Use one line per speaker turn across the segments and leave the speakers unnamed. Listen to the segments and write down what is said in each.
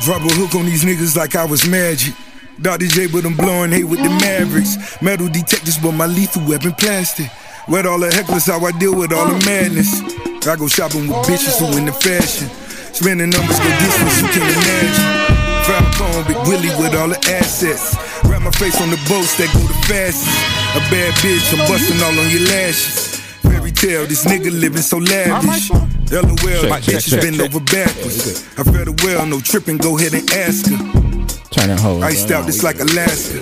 Drop a hook on these niggas like I was magic. Dr. J, but I'm blowing hate with the Mavericks. Metal detectors, but my lethal weapon plastic. With all the hecklers, how I deal with all the madness. I go shopping with bitches who in the fashion. Spending numbers go distance you can imagine. Falcon, Big Willie with all the assets. Wrap my face on the boats that go the fastest. A bad bitch, I'm busting all on your lashes. Fairy tale, this nigga living so lavish. LOL, my
check,
bitches
check,
been
check.
over backwards. I feel the well, no tripping, go ahead and ask her.
Turn them hoes.
Iced out, it's like Alaska.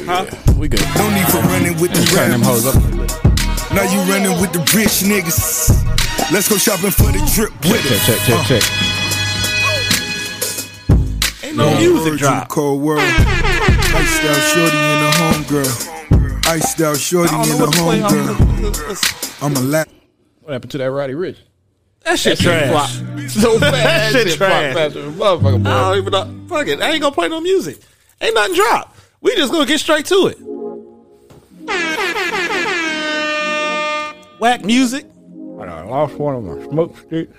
We good.
No need for running with the
Turn them hoes
rappers.
up.
Now you running with the rich niggas. Let's go shopping for the drip
Check,
with
check,
us.
check, check,
Uh,
check.
Ain't no music
heard you,
drop.
Cold world. Iced out shorty and a homegirl. Iced out shorty
I don't
and
know
a
what to play.
homegirl.
homie. Let's- let's-
I'm a lap.
What happened to that Roddy Rich?
That shit
Flop.
trash.
So fast.
That shit trash.
flopped faster than a Motherfucker,
I
boy.
don't even know. Fuck it. I ain't gonna play no music. Ain't nothing drop. We just gonna get straight to it. Whack music.
But I lost one of my smoke sticks.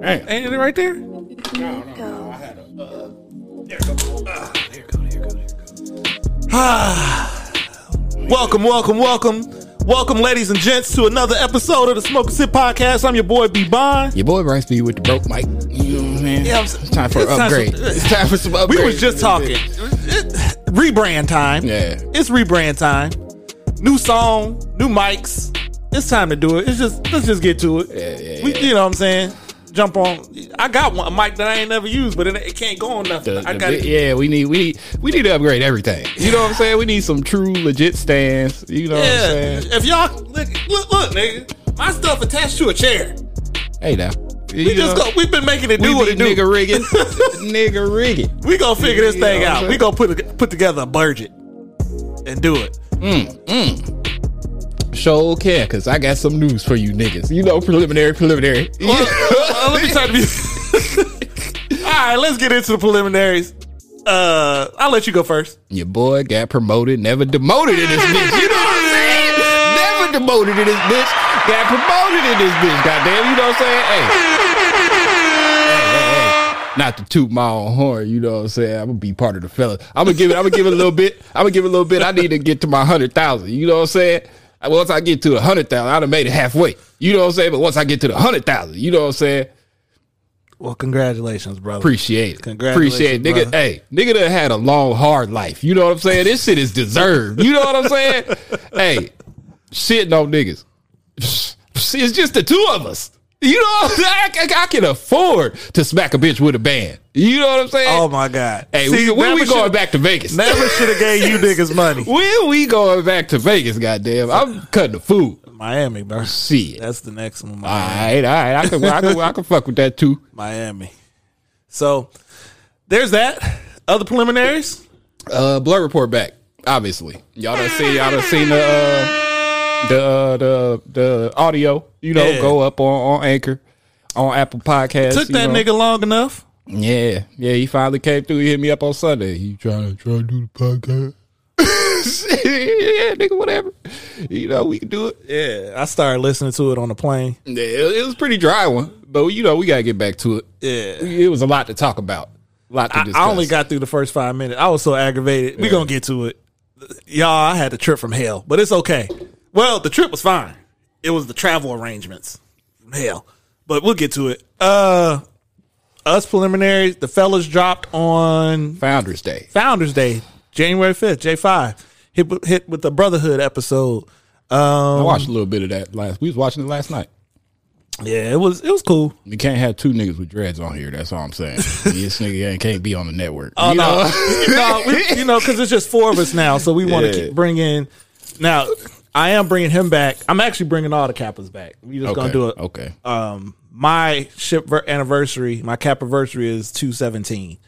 Damn.
Ain't it right there?
uh,
Welcome, welcome, welcome. Welcome, ladies and gents, to another episode of the Smoke and Sip Podcast. I'm your boy B Bond.
Your boy Bryce B with the broke mic. You know what I'm saying?
Yeah, I'm s-
it's time for an
it's time for-
upgrade. it's time for some upgrade.
We was just talking. rebrand time.
Yeah.
It's rebrand time. New song, new mics. It's time to do it. It's just let's just get to it.
Yeah, yeah,
we, You know what I'm saying? Jump on. I got one a mic that I ain't never used, but it, it can't go on nothing.
The- the
I got
bit-
it.
yeah, we need we need we need to upgrade everything. You know what I'm saying? We need some true legit stands. You know what I'm
Yeah.
saying?
If y'all look, look, look, nigga, my stuff attached to a chair.
Hey now.
We just go. We've been making it do what
we
it
be
do.
nigga rigging. nigga rigging.
We gonna figure this
You know
thing
what I'm
out.
saying?
We gonna put a, put together a budget and do it.
Show care, cause I got some news for you niggas. You know, preliminary, preliminary.
Uh, let me try to be. All right, let's get into the preliminaries. Uh, I'll let you go first.
Your boy got promoted, never demoted in this bitch. You know what I'm saying? Never demoted in this bitch. Got promoted in this bitch. Goddamn, you know what I'm saying? Hey. Hey, hey, hey. Not to toot my own horn, you know what I'm saying? I'm gonna be part of the fella. I'm gonna give it. I'm gonna give it a little bit. I'm gonna give it a little bit. I need to get to my hundred thousand. You know what I'm saying? And Once I get to a hundred thousand, I'd have made it halfway. You know what I'm saying? But once I get to the hundred thousand, you know what I'm saying?
Well, congratulations, brother.
Appreciate it.
Congratulations,
Appreciate it. Nigga,
brother.
hey, nigga done had a long, hard life. You know what I'm saying? This shit is deserved. You know what I'm saying? hey, shitting on niggas. It's just the two of us. You know, what I'm saying? I, I- I can afford to smack a bitch with a band. You know what I'm saying?
Oh my God.
hey, we- when
never
we going
shoulda-
back to Vegas?
Never should have gave you niggas money.
when we going back to Vegas? Goddamn, I'm cutting the food.
Miami, bro.
Shit.
That's the next one.
all right, all right. I can, I can, I can fuck with that too.
Miami. So there's that. Other preliminaries.
uh blur report back obviously y'all done seen y'all done seen the uh the the the audio you know
Yeah.
go up on on anchor on apple Podcasts.
Took
you
that
know.
nigga long enough.
yeah yeah he finally came through he hit me up on sunday he trying to try to do the podcast yeah nigga whatever you know we can do it
Yeah, I started listening to it on the plane.
Yeah, it, it was a pretty dry one but you know we gotta get back to it
Yeah.
it was a lot to talk about a lot to
I,
discuss.
I only got through the first five minutes. I was so aggravated. we gonna get to it. Y'all, I had a trip from hell, but it's okay. Well, the trip was fine. It was the travel arrangements from hell. But we'll get to it. Uh us preliminaries, the fellas dropped on
founders day
Founders Day, January fifth, J five. Hit with- hit with the Brotherhood episode. Um
i watched a little bit of that last we was watching it last night
yeah, it was it was cool.
You can't have two niggas with dreads on here. That's all I'm saying. this nigga ain't- can't be on the network.
Oh
You
no, no,
know?
we, you know, because it's just four of us now, so we want to
Yeah.
keep bring in. Now, I am bringing him back. I'm actually bringing all the Kappas back. We just gonna
Okay,
do it.
Okay.
Um, my ship ver- anniversary, my cap anniversary is two seventeen.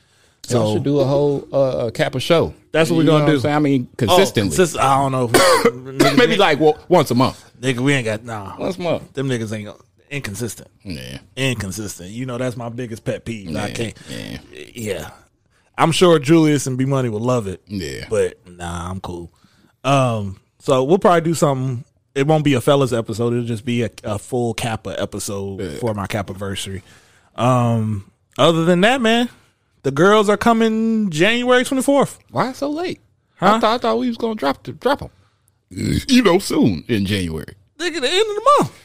Y'all
So
should do a whole uh, uh, Kappa show.
That's what we
You
gonna
know
do.
I'm saying? I mean,
Oh,
consistently.
consist- I don't know, nigga,
Maybe like well, once a month.
nigga, we ain't got nah.
Once a month.
Them niggas ain't gonna- inconsistent.
Yeah.
Inconsistent. You know that's my biggest pet peeve. I can't.
Yeah.
yeah. I'm sure Julius and B Money would love it.
Yeah.
But nah, I'm cool. Um, so we'll probably do something. It won't be a fellas episode. It'll just be a, a full Kappa episode for my Kappa anniversary. Um, other than that, man, The girls are coming January 24th.
Why so late? I
Huh?
thought I thought we was gonna drop the, drop them. You know, soon in January.
Nigga, the end of the month.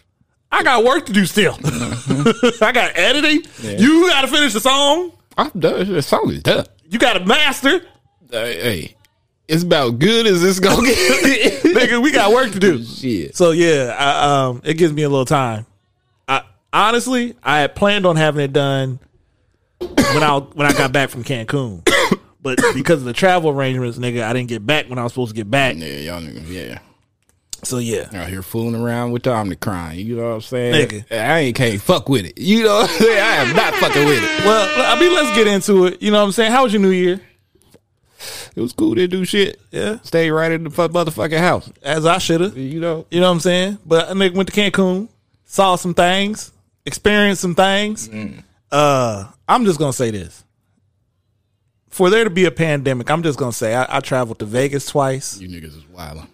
I got work to do still. I got editing. You got to finish the song.
I'm done. The song is done.
You got to master.
Hey, hey, it's about good as it's gonna get.
Nigga, we got work to do.
Shit.
So yeah, I, um, it gives me a little time. I honestly, I had planned on having it done when I when I got back from Cancun, but because of the travel arrangements, nigga, I didn't get back when I was supposed to get back.
Yeah, y'all niggas. Yeah,
So yeah,
out here fooling around with the Omnicron. You know what I'm saying?
Nigga.
I ain't can't fuck with it. You know, what I'm saying? I am not fucking with it.
well, I mean, let's get into it. You know what I'm saying? How was your New Year?
It was cool to do shit.
Yeah,
Stay right in the fu- motherfucking house.
as I should have.
You know.
You know what I'm saying? But I nigga went to Cancun, saw some things, experienced some things. Uh, I'm just gonna say this. For there to be a pandemic, I'm just gonna say I, I traveled to Vegas twice.
You niggas is wildin'.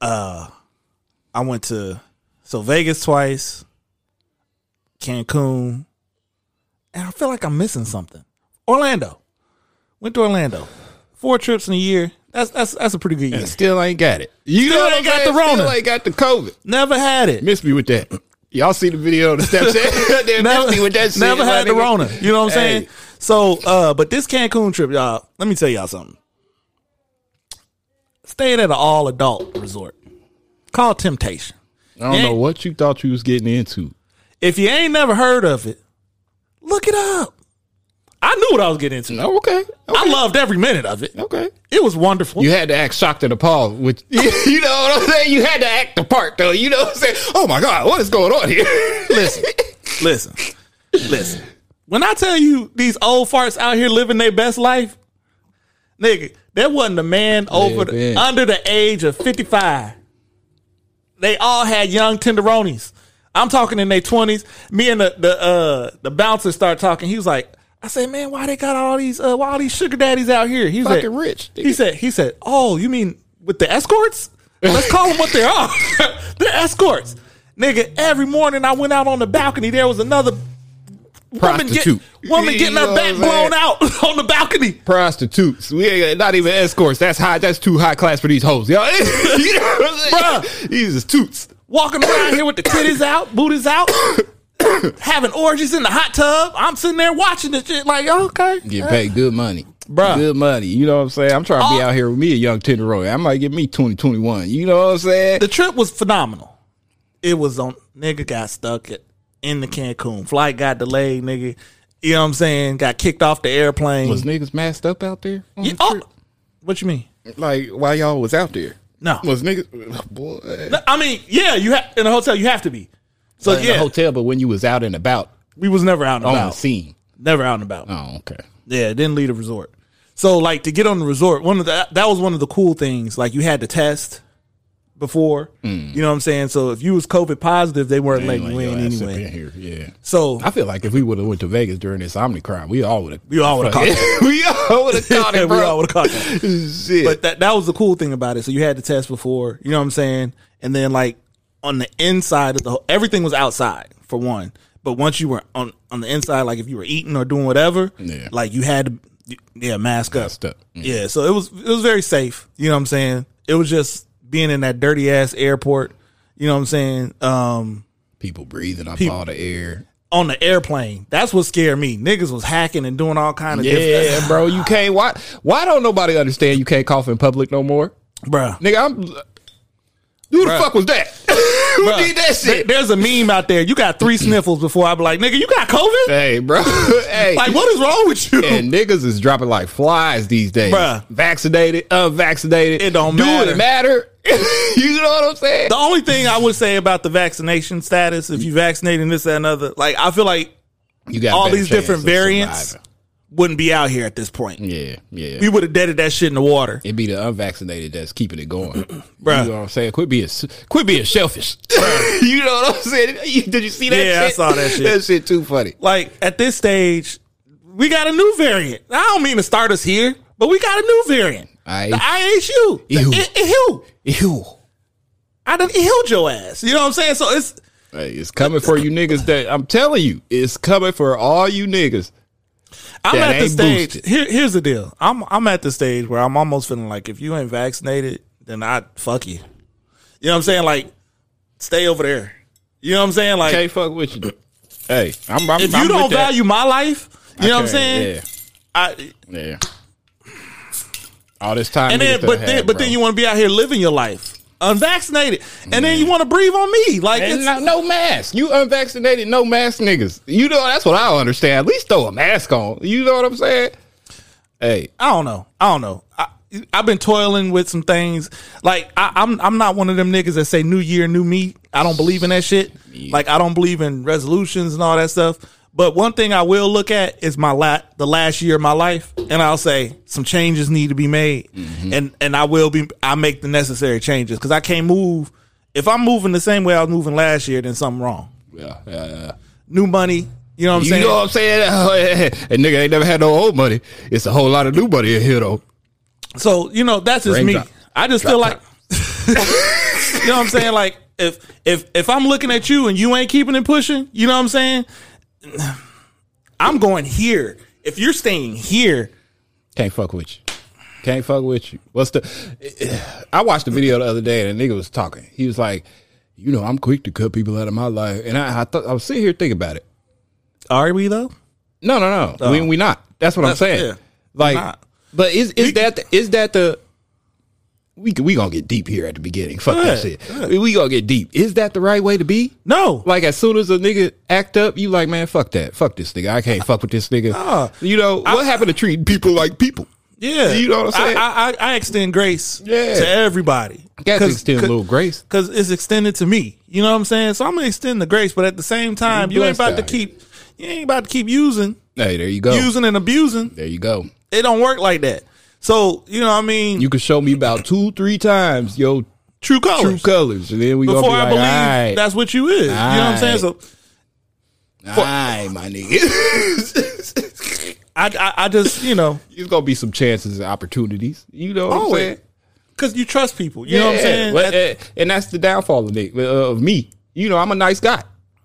I went to so Vegas twice, Cancun, and I feel like I'm missing something. Orlando. Went to Orlando. Four trips in a year. That's that's that's a pretty good year.
Still ain't got it. You
Still
know what
ain't
I'm
got
saying?
the Rona.
Still ain't got the COVID.
Never had it.
Miss me with that. Y'all see the video of the Snapchat? They miss me with that shit.
never
my
had the
nigga.
Rona. You know what I'm
Hey.
saying? So, uh, but this Cancun trip, y'all, let me tell y'all something. Stayed at an all adult resort called Temptation.
I don't know what you thought you was getting into.
If you ain't never heard of it, look it up. I knew what I was getting into.
Oh, okay.
I loved every minute of it.
Okay.
It was wonderful.
You had to act shocked and appalled, which you know what I'm saying. You had to act the part, though. You know what I'm saying. Oh my God, what is going on here?
Listen, listen, listen. When I tell you these old farts out here living their best life, nigga, there wasn't a man over the,
Living.
under the age of fifty five. They all had young tenderonis. I'm talking in their twenties. Me and the the uh, the bouncer started talking. He was like, "I said, man, why they got all these uh, why all these sugar daddies out here?" He was like,
Fucking rich, nigga.
He said, "He said, oh, you mean with the escorts? Let's call them what they are. They're escorts, nigga. Every morning I went out on the balcony. There was another woman, get,
Prostitute.
woman getting
You
her
know
back
what I'm
blown out on the balcony.
Prostitutes. We ain't not even escorts. That's high. That's too high class for these hoes, y'all. you know what I'm saying? These is toots.
walking around here with the titties out, booties out, having orgies in the hot tub. I'm sitting there watching this shit like, okay.
Get paid good money.
Bruh.
Good money. You know what I'm saying? I'm trying to be
Oh.
out here with me a young tenderoy. I might get me 2021. you know what I'm saying?
The trip was phenomenal. It was on nigga got stuck at, in the Cancun. Flight got delayed, nigga. You know what I'm saying? Got kicked off the airplane.
was niggas masked up out there? on
Yeah,
the
oh,
trip?
what you mean?
Like while y'all was out there.
No.
Was niggas oh, boy
No, I mean, yeah, you have in a hotel you have to be. So
in the Oh,
yeah,
hotel, but when you was out and about
we was never out and
on the
about.
scene.
Never out and about.
Oh, okay.
Yeah, didn't leave the resort. So like to get on the resort, one of the that was one of the cool things. Like you had to test before.
Mm.
You know what I'm saying? So if you was COVID positive, they weren't letting you in anyway.
here. Yeah.
So
I feel like if we would have went to Vegas during this Omnicron, we all would have
we all would have caught it.
we all would have caught
Yeah,
it, bro.
we all would have caught that.
Shit.
But that that was the cool thing about it. So you had to test before, you know what I'm saying? And then like on the inside of the whole, everything was outside for one. But once you were on on the inside, like if you were eating or doing whatever,
Yeah.
like you had to yeah, mask up.
Masked up. Mm.
Yeah, so it was it was very safe. You know what I'm saying? It was just being in that dirty ass airport, you know what I'm saying? Um
people breathing up all the air.
on the airplane. That's what scared me. Niggas was hacking and doing all kind of different
Yeah, bro. You can't why why don't nobody understand you can't cough in public no more?
Bruh.
Nigga, I'm Who the fuck was that? Who
Bruh,
did that
there-
shit?
There's a meme out there. You got three sniffles before I be like, nigga, you got COVID?
hey, bro. hey.
Like, what is wrong with you?
and niggas is dropping like flies these days.
Bruh.
Vaccinated, unvaccinated.
It don't
Do
matter.
it matter? you know what I'm saying?
the only thing I would say about the vaccination status, if you vaccinated and this that, and another, like I feel like
You got Mm. a
all
better
these
chance
different
of
variants
surviving. Mm.
wouldn't be out here at this point.
Yeah, yeah.
We would have deaded that shit in the water.
It'd be the unvaccinated that's keeping it going.
Bruh.
You know what I'm saying? Quit being quit being selfish. you know what I'm saying? You- Did you see that
Yeah, I
shit?
saw that shit.
That shit too funny.
Like at this stage, we got a new variant. I don't mean to start us here, but we got a new variant.
I-
the IHU. The
Ew.
I- Ew.
Ew.
I done healed your ass. You know what I'm saying? So it's
Hey, it's coming for you niggas that I'm telling you, it's coming for all you niggas
I'm
That
at the
ain't
stage.
boosted.
Here, here's the deal. I'm I'm at the stage where I'm almost feeling like if you ain't vaccinated, then I fuck you. You know what I'm saying? Like, stay over there. You know what I'm saying? Like,
Can't fuck with you. Hey, I'm. I'm
if
I'm
you don't
with that.
value my life, you know what I'm
Okay,
saying? I
Yeah, yeah. All this time,
and then, but then, but then you want to be out here living your life unvaccinated, and then you want to breathe on me. Like,
And
it's,
no, no mask. You unvaccinated, no mask niggas. You know that's what I don't understand. At least throw a mask on. You know what I'm saying? Hey,
I don't know. I don't know. I, I've been toiling with some things. Like I, I'm, I'm not one of them niggas that say New Year, New Me. I don't believe in that shit. Like I don't believe in resolutions and all that stuff. But one thing I will look at is my la- the last year of my life, and I'll say some changes need to be made, and and I will be. I make the necessary changes because I can't move. If I'm moving the same way I was moving last year, then something wrong.
yeah, yeah, yeah.
New money. You know what I'm
You
saying?
know what I'm saying? and nigga ain't never had no old money. It's a whole lot of new money in here though.
So you know that's just me.
Raindrop.
I just feel like you know what I'm saying. Like if if if I'm looking at you and you ain't keeping it pushing, you know what I'm saying. I'm going here. If you're staying here,
Can't fuck with you. Can't fuck with you. What's the? I watched a video the other day and a nigga was talking. He was like, you know, I'm quick to cut people out of my life, and I I, thought, I was sitting here thinking about it.
are we though?
No, no, no. We we not. That's what I'm
Oh. That's-
saying.
yeah.
like,
Not.
but is is that the, is that the we we gonna get deep here at the beginning? Fuck that
ahead.
shit. We, we gonna get deep. Is that the right way to be?
No.
Like as soon as a nigga act up, you like man, fuck that, fuck this nigga. I can't fuck with this nigga. you know what happened to treating people like people?
yeah,
You know what I'm saying?
I I, I extend grace
Yeah.
to everybody.
Got to extend a little grace.
because it's extended to me. You know what I'm saying? So I'm gonna extend the grace, but at the same time, you ain't
blessed
about to
out here. Oh.
keep you ain't about to keep using,
Hey, there you go.
using and abusing.
there you go.
It don't work like that. So you know what I mean?
You can show me about two, three times your
true
true
colors.
colors, and then we
Before
gonna be like,
I believe
all right,
that's what you is. You know what I'm saying? So
all right, my nigga.
I, I, I just you know
There's gonna be some chances and opportunities. You know what I'm
always
saying?
because you trust people. You know what I'm
Yeah,
saying?
but,
That-
uh, and that's the downfall of, Nick, uh, of me. You know, I'm a nice guy.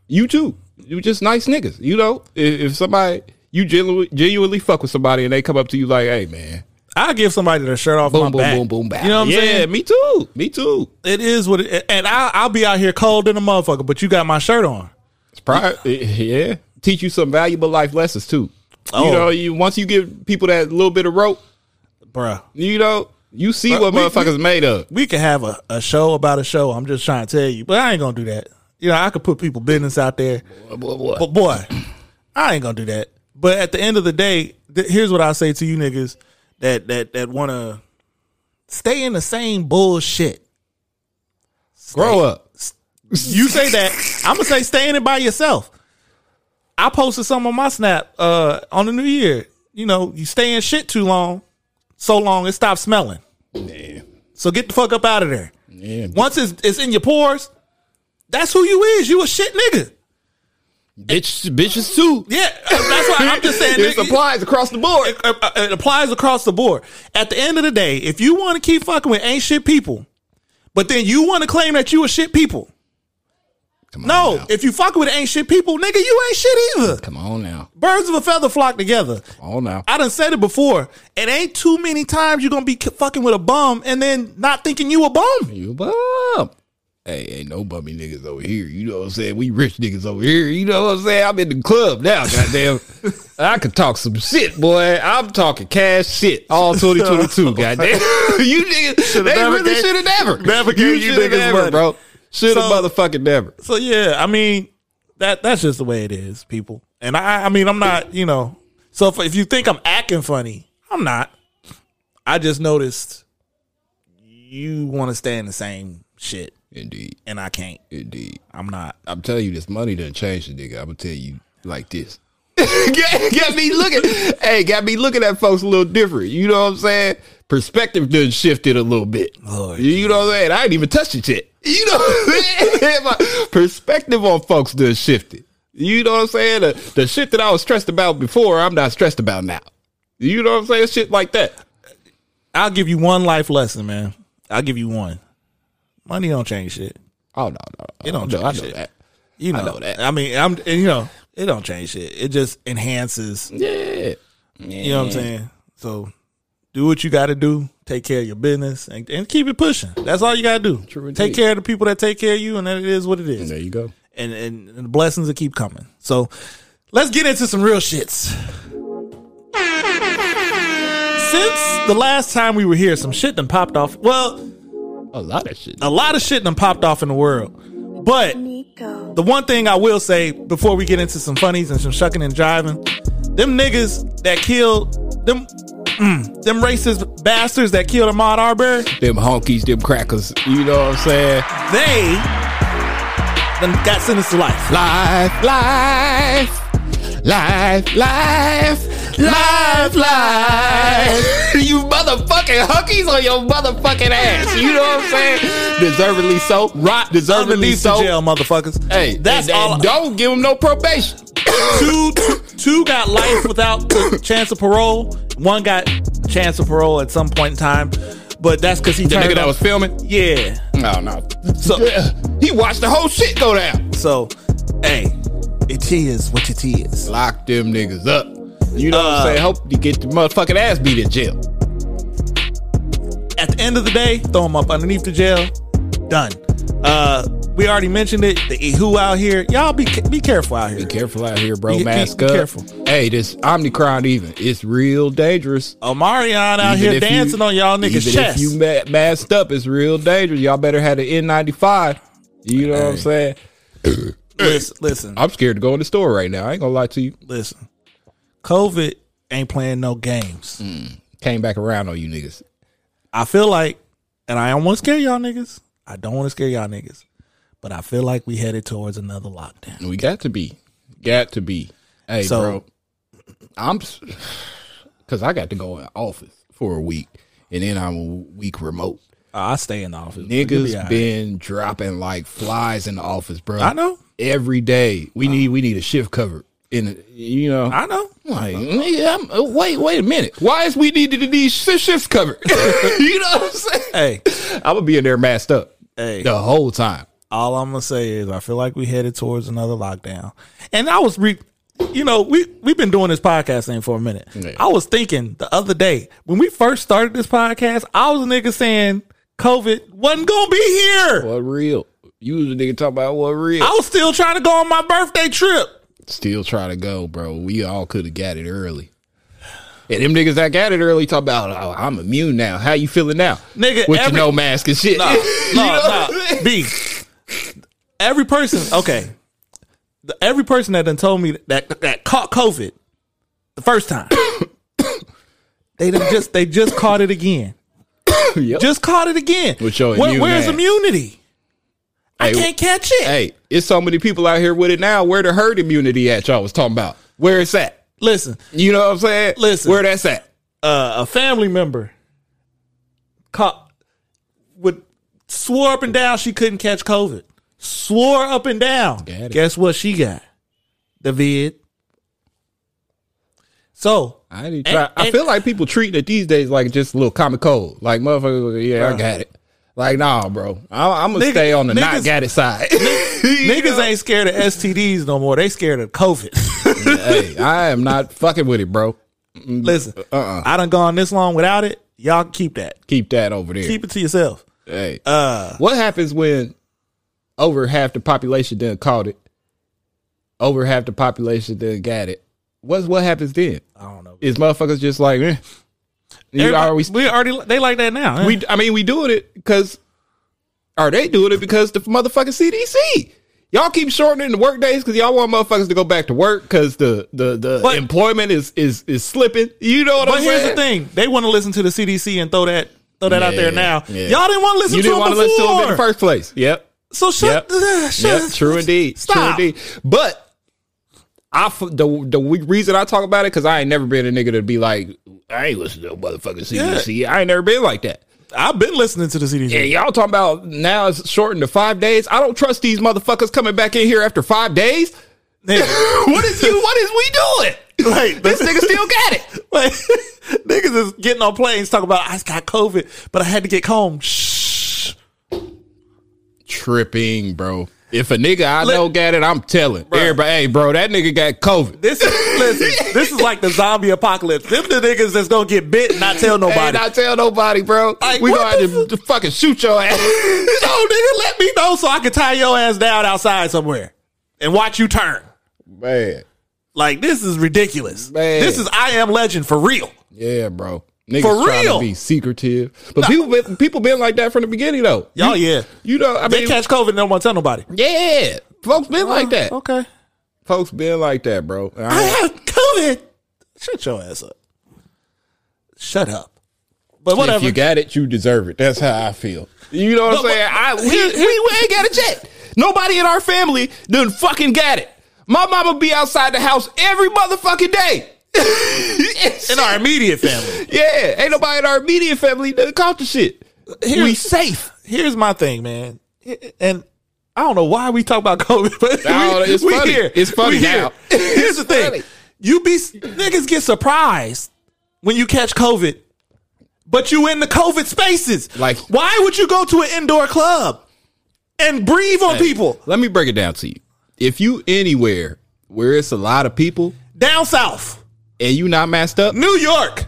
You too. You just nice niggas. You know, if, if somebody you genuinely, genuinely fuck with somebody and they come up to you like, "Hey, man,
I give somebody their shirt off my
boom, boom,
back.
boom, boom, back."
You know what I'm
yeah,
saying?
me too. Me too.
It is what it, and I I'll be out here cold in a motherfucker, but you got my shirt on.
It's pri- eh, yeah, teach you some valuable life lessons too.
Oh.
You know, you once you give people that little bit of rope,
Bruh.
you know, you see
But
what
we-
motherfuckers made of.
We could have a, a show about a show. I'm just trying to tell you. But I ain't gonna do that. You know, I could put people business out there. But boy, I ain't gonna do that. But at the end of the day, th- here's what I say to you niggas that that that wanna stay in the same bullshit.
Grow up.
You say that, I'm gonna say stay in it by yourself. I posted some on my snap uh on the new year. You know, you stay in shit too long, so long it stops smelling.
Yeah.
So get the fuck up out of there.
Yeah.
Once it's, it's in your pores, that's who you is. You a shit nigga.
Bitch, bitches too.
Yeah, uh, that's why I'm just saying.
It
nigga,
applies across the board.
it, uh, it applies across the board. At the end of the day, if you want to keep fucking with ain't shit people, but then you want to claim that you a shit people. No, if you fucking with ain't shit people, nigga, you ain't shit either.
Come on now.
Birds of a feather flock together.
Come on now.
I done said it before. It ain't too many times you're gonna be k- fucking with a bum and then not thinking you a bum.
You bum. Hey, ain't no bummy niggas over here. You know what I'm saying? We rich niggas over here. You know what I'm saying? I'm in the club now, goddamn. I could talk some shit, boy. I'm talking cash shit all 2022, goddamn. you niggas, they
never
really
gave-
should have never.
never gave you
shoulda
niggas money.
bro. Should have
So-
motherfucking never.
So yeah, I mean that that's just the way it is, people. And I I mean I'm not you know. So if, if you think I'm acting funny, I'm not. I just noticed you want to stay in the same shit,
Indeed.
and I can't.
Indeed.
I'm not.
I'm telling you, this money done changed the nigga. I'm gonna tell you like this. got, got me looking. hey, got me looking at folks a little different. You know what I'm saying? Perspective done shifted a little bit.
Lord
you know what I'm saying? I ain't even touched it yet. You know what I'm saying? My perspective on folks done shifted. You know what I'm saying? The, the shit that I was stressed about before, I'm not stressed about now. You know what I'm saying? Shit like that.
I'll give you one life lesson, man. I'll give you one. Money don't change shit.
Oh no, no, no.
It don't
I know, I
change
know
shit.
that.
You know,
know that.
I mean, I'm and, you know It don't change shit. It just enhances.
Yeah.
You know what I'm saying? So do what you got to do. Take care of your business and, and keep it pushing. That's all you got to do.
True
take
indeed.
care of the people that take care of you, and that it is what it is.
There you go.
And, and and the blessings that keep coming. So let's get into some real shits. Since the last time we were here, some shit done popped off. Well,
A lot of shit.
a lot of shit done popped off in the world, but.
Nico.
The one thing I will say before we get into some funnies and some shucking and jiving, them niggas that killed them, mm, them racist bastards that killed Ahmaud Arbery,
Them honkies, them crackers. You know what I'm saying?
they done got sentenced to life.
Life, life, life, life, life, life. you motherfucking hunkies on your motherfucking ass. You know what I'm saying? Deservedly so. Right. Deservedely
Underneath
so.
the jail, motherfuckers.
Hey,
that's
that's and,
all.
and Don't give them no probation.
two, two got life without the chance of parole. One got chance of parole at some point in time, but that's because he
The
turned
nigga that
up-
was filming.
yeah.
No, no.
So-
Yeah. he watched the whole shit go down.
So, hey, it is what it is.
Lock them niggas up. You know what
Uh,
I'm saying? Hope you get your motherfucking ass beat in jail.
at the end of the day, throw them up underneath the jail. Done. Uh, we already mentioned it. The who out here, y'all be be careful out here.
Careful out here, bro.
Be- be-
Mask
be
up.
careful.
Hey, this Omicron even. It's real dangerous.
Omarion out
Even
here
if you-
dancing on y'all niggas'
even
chest.
If you ma- masked up, it's real dangerous. Y'all better have the N95. You know what I'm saying?
listen, listen,
I'm scared to go in the store right now. I ain't gonna lie to you.
listen. COVID ain't playing no games.
Mm. Came back around on you niggas.
I feel like, and I don't want to scare y'all niggas. I don't want to scare y'all niggas, but I feel like we headed towards another lockdown.
We got to be. Got to be. Hey,
So-
bro. I'm because I got to go in office for a week, and then I'm a week remote.
I stay in the office. You'll be all
Niggas
right.
been dropping like flies in the office, bro.
I know.
Every day we need we need a shift covered. In you know,
I know.
Like, nigga, I'm, uh, wait, wait a minute. Why is we needed to need shi- shifts covered? you know what I'm saying?
Hey,
I'm gonna be in there masked up
hey.
the whole time.
all I'm gonna say is I feel like we headed towards another lockdown. And I was re you know, we we've been doing this podcast thing for a minute.
Yeah.
I was thinking the other day when we first started this podcast, I was a nigga saying COVID wasn't gonna be here.
What real? You was a nigga talking about what real?
I was still trying to go on my birthday trip.
Still try to go, bro. We all could have got it early. And them niggas that got it early talk about, oh, I'm immune now. How you feeling now?
Nigga,
With
every-
your no mask and shit.
No,
You know
no,
what I'm
no.
saying?
B. Every person, okay. The- Every person that done told me that that caught COVID the first time, they done just they just caught it again.
Yep.
Just caught it again.
With your
Where-
immune
where's
ass.
immunity? I
Hey,
can't catch it.
Hey, it's so many people out here with it now. Where the herd immunity at? Y'all was talking about. Where it's at?
Listen,
You know what I'm saying?
Listen.
where that's at?
uh, a family member caught would swore up and down she couldn't catch COVID. Swore up and down.
Got it.
Guess what she got? The vid. So
I
And-
didn't try. I
and-
feel like people treating it these days like just a little common cold. Like motherfuckers, yeah, I got it. Like nah, bro, I, I'm gonna
Nigga-
stay on the not
niggas-
got it side. uh,
niggas ain't scared of STDs no more. They scared of COVID.
hey, I am not fucking with it, bro.
Listen, uh-uh. I done gone this long without it. Y'all keep that.
Keep that over there.
Keep uh, it to yourself.
hey, what happens when over half the population then caught it? Over half the population then got it. What's what happens then?
I don't know.
Is motherfuckers just like, eh? You,
Everybody-
are we
we already they like that now. huh?
We, I mean, we doing it because, are they doing it because the motherfucking CDC? Y'all keep shortening the work days because y'all want motherfuckers to go back to work because the the the
But-
employment is is is slipping. You know what
But
I'm
here's
saying?
the thing: they want to listen to the CDC and throw that throw that out
Yeah,
there now.
yeah.
Y'all didn't want to listen
You
to
didn't
them
want to
before.
listen to them in the first place. Yep.
so shut.
Yep.
the shut
yep. True indeed.
Stop.
True indeed. But I f- the the we- reason I talk about it because I ain't never been a nigga to be like I ain't listen to no motherfucking CDC. I ain't never been like that.
I've been listening to the CDC.
And y'all talking about now it's shortened to five days. I don't trust these motherfuckers coming back in here after five days.
Nigga.
What is you? What is we doing?
Like,
this nigga still got it.
like, niggas is getting on planes talking about I just got COVID, but I had to get home. Shh.
Tripping, bro. If a nigga I know got it, I'm telling everybody. Hey, bro, that nigga got COVID.
This is listen. this is like the zombie apocalypse. Them the niggas that's gonna get bit and not tell
Hey,
nobody.
not tell nobody, bro.
Like,
we
what
gonna have
the
to, to fucking shoot your
no,
ass.
Oh, nigga, let me know so I can tie your ass down outside somewhere and watch you turn.
Man,
Like this is ridiculous.
Man.
This is I am legend for real.
yeah, bro. Niggas
For
trying to
real.
be secretive, but people been, people been like that from the beginning though.
Y'all, yeah.
You know, I
They
mean,
catch COVID and don't want to tell nobody.
yeah, folks been like that.
Okay.
Folks been like that, bro. And I
I
don't-
have COVID. Shut your ass up. Shut up. But
If
whatever.
you got it, you deserve it. That's how I feel. You know what
But-
I'm saying?
but-
I, we, we, we ain't got it yet. Nobody in our family done fucking got it. My mama be outside the house every motherfucking day.
in our immediate family.
yeah, ain't nobody in our immediate family done caught the shit. we
Here's-
safe.
Here's my thing, man. And I don't know why we talk about COVID, but
No,
we,
Oh, it's
we
funny.
here.
It's funny
We here.
now.
Here's the thing.
funny.
You be niggas get surprised when you catch COVID, but you in the COVID spaces.
Like-
why would you go to an indoor club and breathe on people
Let me break it down to you. If you anywhere where it's a lot of people
down south,
and you not masked up,
New York,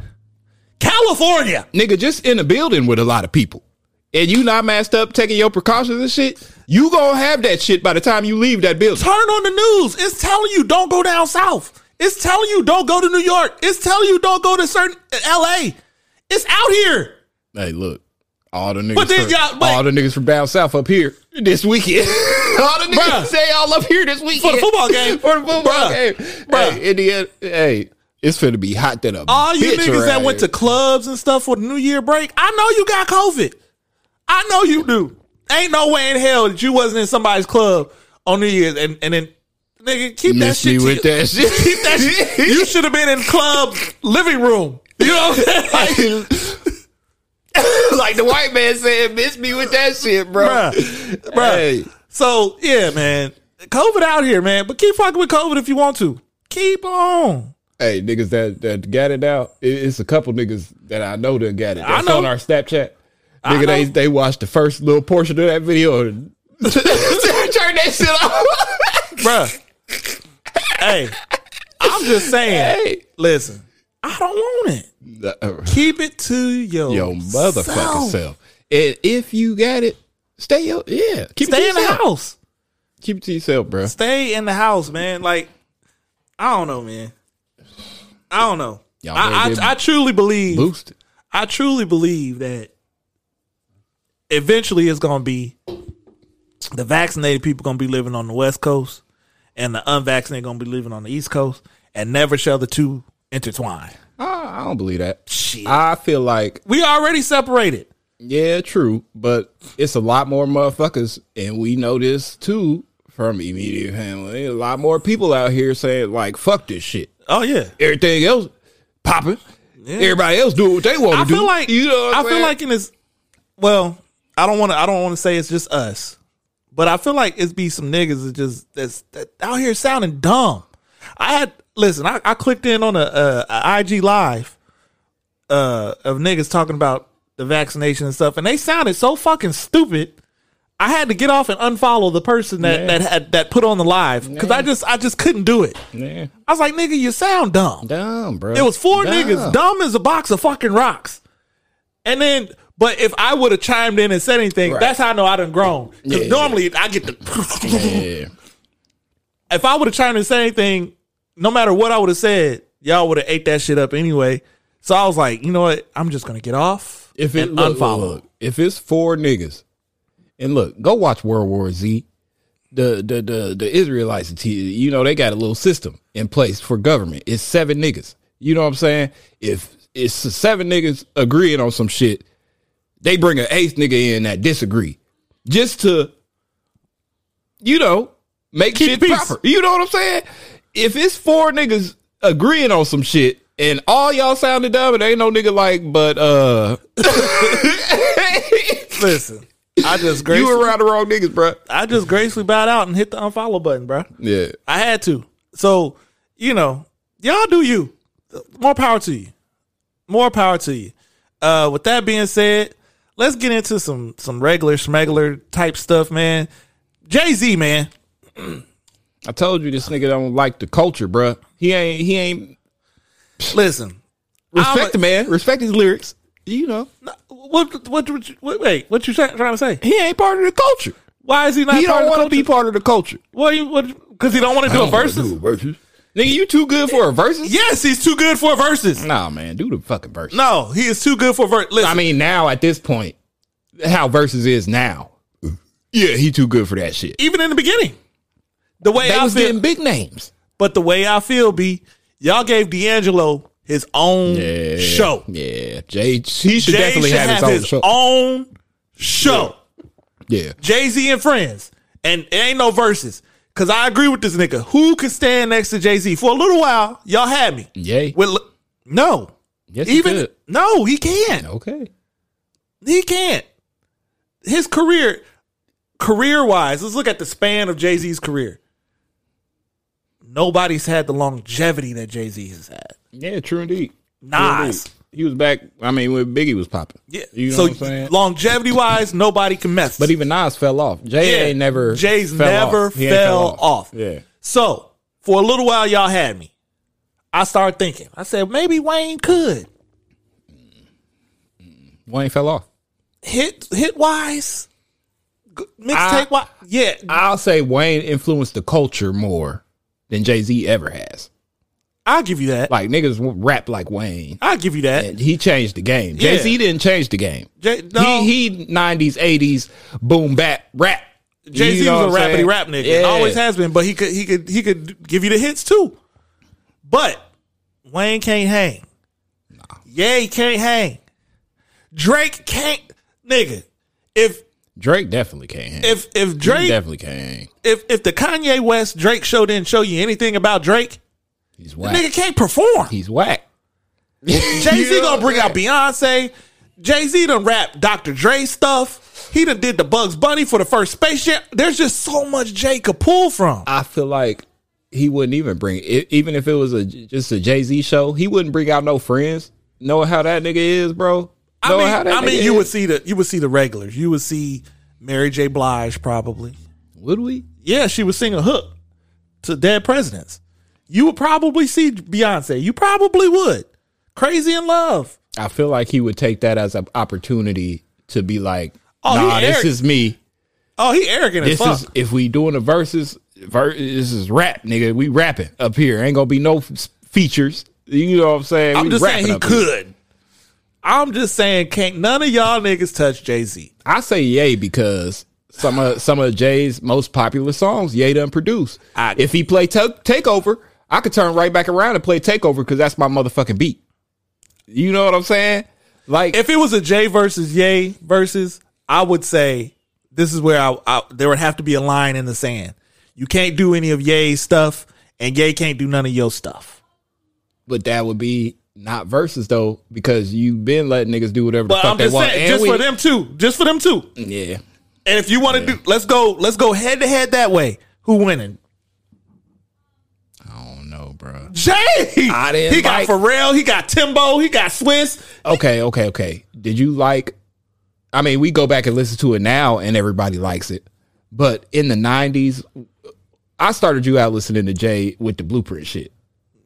California?
nigga, just in a building with a lot of people and you not masked up taking your precautions and shit, you gonna have that shit by the time you leave that building.
Turn on the news. It's telling you don't go down south. It's telling you don't go to New York. It's telling you don't go to certain L.A. It's out here.
Hey, look, all the niggas,
But then
from,
y'all- but-
all the niggas from down south up here this weekend. all the niggas
Bruh.
say all up here this weekend
football game.
for the football
Bruh.
game.
Bruh.
Hey, Indiana, hey, it's finna be hot than a
All you
bitch
niggas that
around
went
here.
to clubs and stuff for the New Year break, I know you got COVID. I know you do. Ain't no way in hell that you wasn't in somebody's club on New Year's and, and then nigga keep that
miss
shit.
me
to
with
you.
that shit.
Keep that shit. You should have been in club living room. You know what I'm saying?
like the white man said, miss me with that shit, bro.
Bruh. Bruh.
Hey.
So yeah, man. COVID out here, man. But keep fucking with COVID if you want to. Keep on.
Hey, niggas that, that got it out. it- it's a couple niggas that I know that got it. That's
know.
on our Snapchat. Nigga, they
know.
they watched the first little portion of that video and turn that shit off.
Bruh. hey. I'm just saying.
hey.
Listen. I don't want it. Keep it to your
Yo uh, motherfucking self. And if you got it, stay your yeah. Keep it
Stay
to
in the
yourself.
house.
Keep it to yourself, bro.
Stay in the house, man. Like, I don't know, man. I don't know.
Y'all
I,
better get
I, I truly believe
Boost. it.
I truly believe that eventually it's going to be the vaccinated people going to be living on the West Coast and the unvaccinated going to be living on the East Coast and never shall the two intertwine.
I, I don't believe that.
Shit.
I feel like
We already separated.
Yeah, true, but it's a lot more motherfuckers, and we know this too from immediate family. A lot more people out here saying like, "Fuck this shit."
Oh yeah.
Everything else popping. Everybody else doing what they want
I
to do.
feel like
you know. What
I
I'm
feel
saying?
like in this well, I don't want to I don't want to say it's just us. But I feel like it's be some niggas that just that's that out here sounding dumb. I had listen, I, I clicked in on a, a, a IG live uh of niggas talking about the vaccination and stuff and they sounded so fucking stupid. I had to get off and unfollow the person that that had that put on the live cuz I just I just couldn't do it.
Nah,
I was like, "Nigga, you sound dumb."
dumb, bro.
It was four niggas, dumb as a box of fucking rocks. And then, but if I would have chimed in and said anything,
Right.
that's how I know I done grown. Because
Yeah.
normally I get the.
Yeah,
if I would have chimed in and said anything, no matter what I would have said, y'all would have ate that shit up anyway. So I was like, you know what? I'm just gonna get off
if it
and
look,
unfollow.
look, if it's four niggas, and look, go watch World War Z. The the the the Israelites, you know, they got a little system in place for government. It's seven niggas. You know what I'm saying? If it's seven niggas agreeing on some shit, they bring an eighth nigga in that disagree, just to, you know, make shit
peace.
proper. You know what I'm saying? If it's four niggas agreeing on some shit and all y'all sounded dumb, and ain't no nigga like, but uh,
Listen, I just gracefully,
you around the wrong niggas, bro.
I just gracefully bowed out and hit the unfollow button, bro.
Yeah,
I had to. So, you know, y'all do you. More power to you. More power to you. Uh, with that being said, let's get into some some regular smuggler type stuff, man. Jay Z, man.
I told you this nigga don't like the culture, bruh. He ain't. He ain't.
Listen,
Respect
a-
the man. Respect his lyrics. You know,
no, what, what, what, you- what- wait, what you try- trying to say?
he ain't part of the culture.
Why is he not?
He
part
don't
of the
want to be
culture?
part of the culture.
What? you- What? Because he don't want to do a versus.
Nigga, you too good for a versus?
Yes, he's too good for a versus.
Nah, man, do the fucking versus.
No, he is too good for versus. Listen,
I mean, now at this point, how versus is now. Yeah, he too good for that shit.
even in the beginning, the way
They
I
was
feel,
getting big names.
but the way I feel, be y'all gave D'Angelo his own
Yeah,
show.
Yeah, Jay, he should
Jay
definitely
should
have, his, own show.
own show.
yeah,
Jay Z and friends, and it ain't no verses. Cause I agree with this nigga. Who could stand next to Jay Z for a little while? Y'all had me.
Yay.
With li- no,
Yes, he
even
could.
no, he can't.
okay.
He can't. His career, career wise, let's look at the span of Jay Z's career. Nobody's had the longevity that Jay Z has had.
Yeah, true indeed. True
Nas.
indeed. He was back. I mean, when Biggie was popping.
Yeah.
you know
so
what I'm saying.
longevity wise, nobody can mess.
but even Nas fell off. Jay ain't never.
Jay's
fell
never
off. He
fell,
ain't
off.
Yeah.
So for a little while, y'all had me. I started thinking. I said maybe Wayne could
Wayne fell off.
hit hit wise, g- mixtape wise. Yeah,
I'll say Wayne influenced the culture more than Jay Z ever has.
I'll give you that.
Like niggas rap like Wayne.
I'll give you that.
And he changed the game. Jay Z didn't change the game.
Jay, no,
He he nineties, eighties, boom bap rap. You
Jay Z was
know
a
what I'm
rapidy
saying?
rap nigga.
Yeah.
and Always has been, but he could he could he could give you the hits too. But Wayne can't hang. Ye can't hang. Drake can't nigga. If
Drake definitely can't hang.
if if
he
Drake
definitely can't hang.
if if the Kanye West Drake show didn't show you anything about Drake,
He's
the
whack.
nigga can't perform.
He's whack.
Jay Z
Yeah.
gonna bring out Beyonce. Jay Z done rap Dr. Dre stuff. He done did the Bugs Bunny for the first Space Jam. There's just so much Jay could pull from.
I feel like he wouldn't even bring it, even if it was a just a Jay Z show. He wouldn't bring out no friends. Knowing how that nigga is, bro.
I
Knowing
mean,
how that
I mean,
nigga
you would
is.
see the you would see the regulars. You would see Mary J. Blige probably.
would we?
Yeah, she would sing a hook to Dead Presidents. You would probably see Beyonce. You probably would. Crazy in Love.
I feel like he would take that as an opportunity to be like,
Oh, he
nah, this
arrogant.
is me.
Oh, he arrogant as
This
fuck.
is if we doing the verses, ver- this is rap, nigga. We rapping up here. Ain't gonna be no f- features. You know what I'm saying?
I'm
We
just saying
rapping
he
up here.
could. I'm just saying can't none of y'all niggas touch Jay Z.
I say yay because some of some of Jay's most popular songs, Ye done produce.
I-
if he play ta- Takeover, I could turn right back around and play Takeover because that's my motherfucking beat. You know what I'm saying? Like
If it was a Jay versus Yay versus, I would say this is where I, I there would have to be a line in the sand. You can't do any of Yay's stuff, and Yay can't do none of your stuff.
but that would be not versus though because you've been letting niggas do whatever the
But
fuck
I'm
they
just
want.
saying,
And
just
we-
for them too, just for them too.
yeah,
And if you want to do, let's go, let's go head to head that way. Who winning?
I don't know, bro.
Jay.
I didn't
he got
like-
Pharrell. He got Timbo. He got Swiss.
Okay, okay, okay. Did you like? I mean, we go back and listen to it now, and everybody likes it. But in the '90s, I started you out listening to Jay with the Blueprint shit.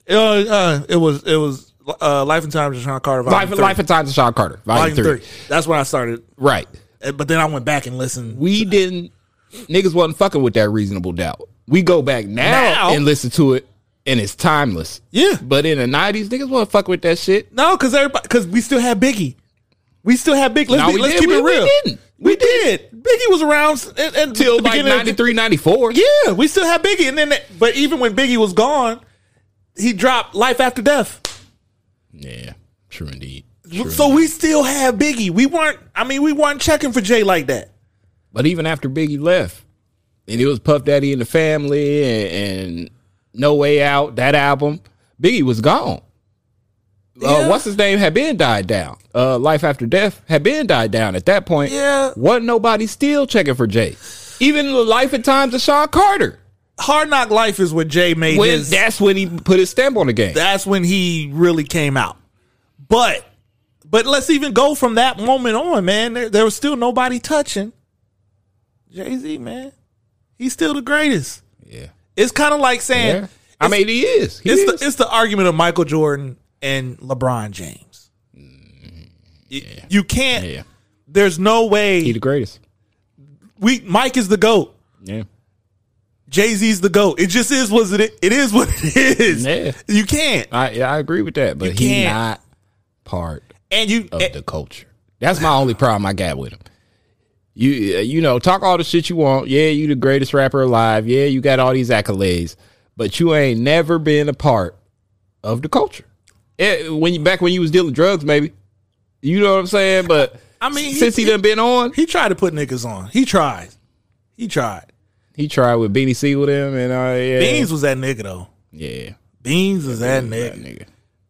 Uh, uh, it was it was uh, Life and Times of Sean Carter. Volume
Life,
three.
Life and Times of Sean Carter, Volume,
Volume
three.
three. That's when I started.
Right.
Uh, But then I went back and listened.
We didn't. Niggas wasn't fucking with that reasonable doubt. We go back now,
Now?
and listen to it, and it's timeless.
Yeah.
But in the '90s, niggas wasn't fucking with that shit.
No, because everybody, because we still had Biggie. We still had Biggie. Let's,
No,
be,
we
let's
did.
keep
We-
it
we
real.
didn't.
We did. Biggie was around and, and
Till
the
like
beginning of the-
93, 94.
Yeah, we still had Biggie, and then that- but even when Biggie was gone, he dropped Life After Death.
Yeah. True indeed.
So we still had Biggie. We weren't. I mean, we weren't checking for Jay like that.
But even after Biggie left, and it was Puff Daddy and the Family and, and No Way Out, that album, Biggie was gone. Uh,
Yeah.
what's his name had been died down. Uh, Life After Death had been died down at that point.
Yeah.
Wasn't nobody still checking for Jay. Even the Life and Times of Sean Carter.
Hard Knock Life is what Jay made
When,
his.
that's when he put his stamp on the game.
that's when he really came out. But but let's even go from that moment on, man. There, there was still nobody touching Jay Z, man. He's still the greatest.
Yeah.
It's kind of like saying
yeah. I mean, he is. He
it's
is.
the it's the argument of Michael Jordan and LeBron James. Y- You can't.
Mm, yeah.
There's no
He
way
the greatest.
we. Mike is the goat.
Yeah.
Jay Z's the goat. It just is what it. It is what it is.
Yeah.
You can't.
I yeah, I agree with that, but he
can't.
not part
And you.
of
and-
the culture. That's my only problem I got with him. You uh, you know, talk all the shit you want. Yeah, you the greatest rapper alive. Yeah, you got all these accolades, but you ain't never been a part of the culture. Eh, when you back when you was dealing drugs, maybe. You know what I'm saying? But
I mean, he-
since he, done been on,
he tried to put niggas on. He tried. He tried.
he tried with Beanie C with him, and uh, yeah,
Beans was that nigga though.
yeah,
Beans is that nigga.
that nigga.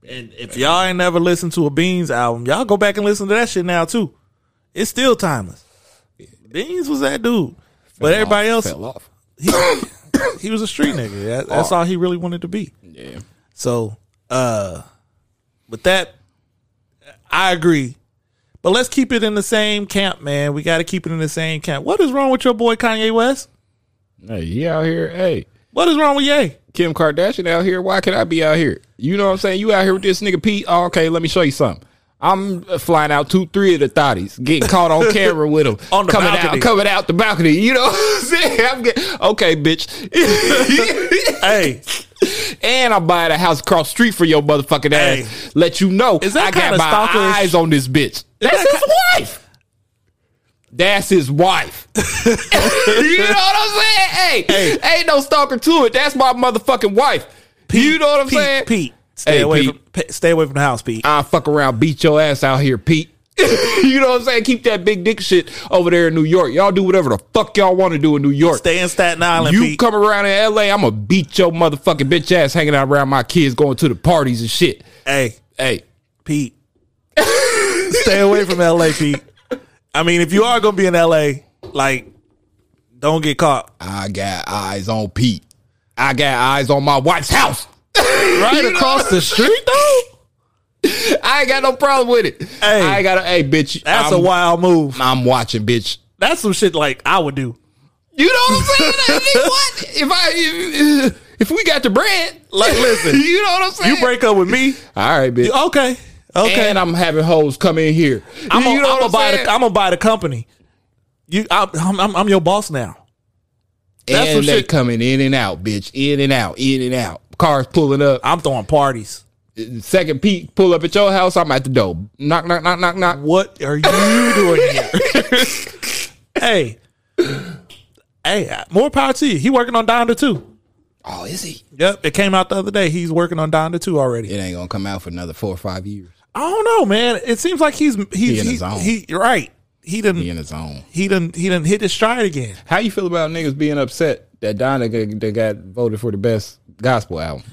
And if y'all ain't never listened to a Beans album, y'all go back and listen to that shit now too. It's still timeless. Beans was that dude, but everybody
Off-
else,
fell off.
he, he was a street nigga. That- that's all he really wanted to be.
Yeah,
So, uh, with that, I agree. But let's keep it in the same camp, man. We got to keep it in the same camp. What is wrong with your boy Kanye West?
hey, he out here, hey.
What is wrong with Ye?
Kim Kardashian out here. Why can I be out here? You know what I'm saying? You out here with this nigga Pete. Oh, okay, let me show you something. I'm uh, flying out two, three of the thotties, getting caught on camera with them,
On the
coming
balcony.
out, coming out the balcony. You know, what I'm saying? I'm getting okay, bitch.
Hey,
and I'm buying a house across the street for your motherfucking
Hey.
ass. Let you know,
Is that
I got
kinda
my
stalkerish?
eyes on this bitch. That's his wife. That's his wife. you know what I'm saying? Hey, ain't no stalker to it. That's my motherfucking wife. you know what I'm
Pete,
saying?
Pete, stay
Hey,
away
Pete.
from pe- stay away from the house, Pete.
I fuck around, beat your ass out here, Pete. you know what I'm saying? Keep that big dick shit over there in New York. Y'all do whatever the fuck y'all want to do in New York.
Stay in Staten Island,
You
Pete.
come around in LA, I'm gonna beat your motherfucking bitch ass hanging out around my kids, going to the parties and shit.
hey,
Hey,
Pete. Stay away from LA, Pete. I mean, if you are gonna be in LA, like, don't get caught.
I got eyes on Pete. I got eyes on my wife's house.
Right
across
the street though?
I ain't got no problem with it.
Hey.
I ain't got a hey bitch.
That's
I'm,
a wild move.
I'm watching, bitch.
That's some shit like I would do.
You know what I'm saying? I mean, what if I if, if we got the bread?
Like, listen,
you know what I'm saying?
you break up with me,
All right, bitch.
okay. Okay.
And I'm having hoes come in here.
I'm
you
gonna I'm gonna buy
saying?
the I'm gonna buy the company. You I, I'm, I'm I'm your boss now. That's some
and they
shit-
coming in and out, bitch. In and out, in and out. Cars pulling up.
I'm throwing parties.
Second Pete pull up at your house. I'm at the door. Knock, knock, knock, knock, knock.
What are you doing here? hey. Hey, more power to you. He working on Donda too.
Oh, is he?
Yep, it came out the other day. He's working on Donda too already.
It ain't gonna come out for another four or five years.
I don't know, man. It seems like he's he's he,
in his zone.
he- you're right. He didn't
He in his own.
he didn't he didn't hit his stride again.
How you feel about niggas being upset that Donna got, that got voted for the best gospel album?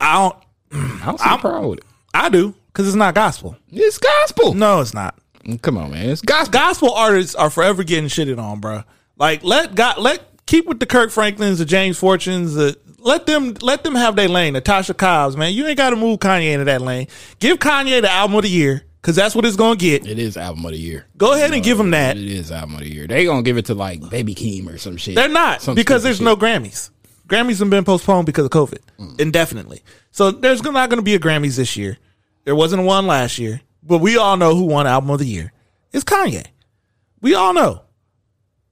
I don't
I don't see a problem with it.
I do because it's not gospel.
It's gospel.
No, it's not.
Come on, man. It's gospel.
gospel artists are forever getting shitted on, bro. Like let God let keep with the Kirk Franklins, the James Fortunes, the let them let them have their lane. Natasha Cobbs, man, you ain't got to move Kanye into that lane. Give Kanye the album of the year because that's what it's gonna get.
It is album of the year.
Go ahead and give him that.
It is album of the year. They gonna give it to like Baby Keem or some shit.
They're not
Some
because
stupid
there's no Grammys. Grammys have been postponed because of COVID
Mm.
indefinitely. So there's gonna- not going to be a Grammys this year. There wasn't one last year, but we all know who won Album of the Year. It's Kanye. We all know.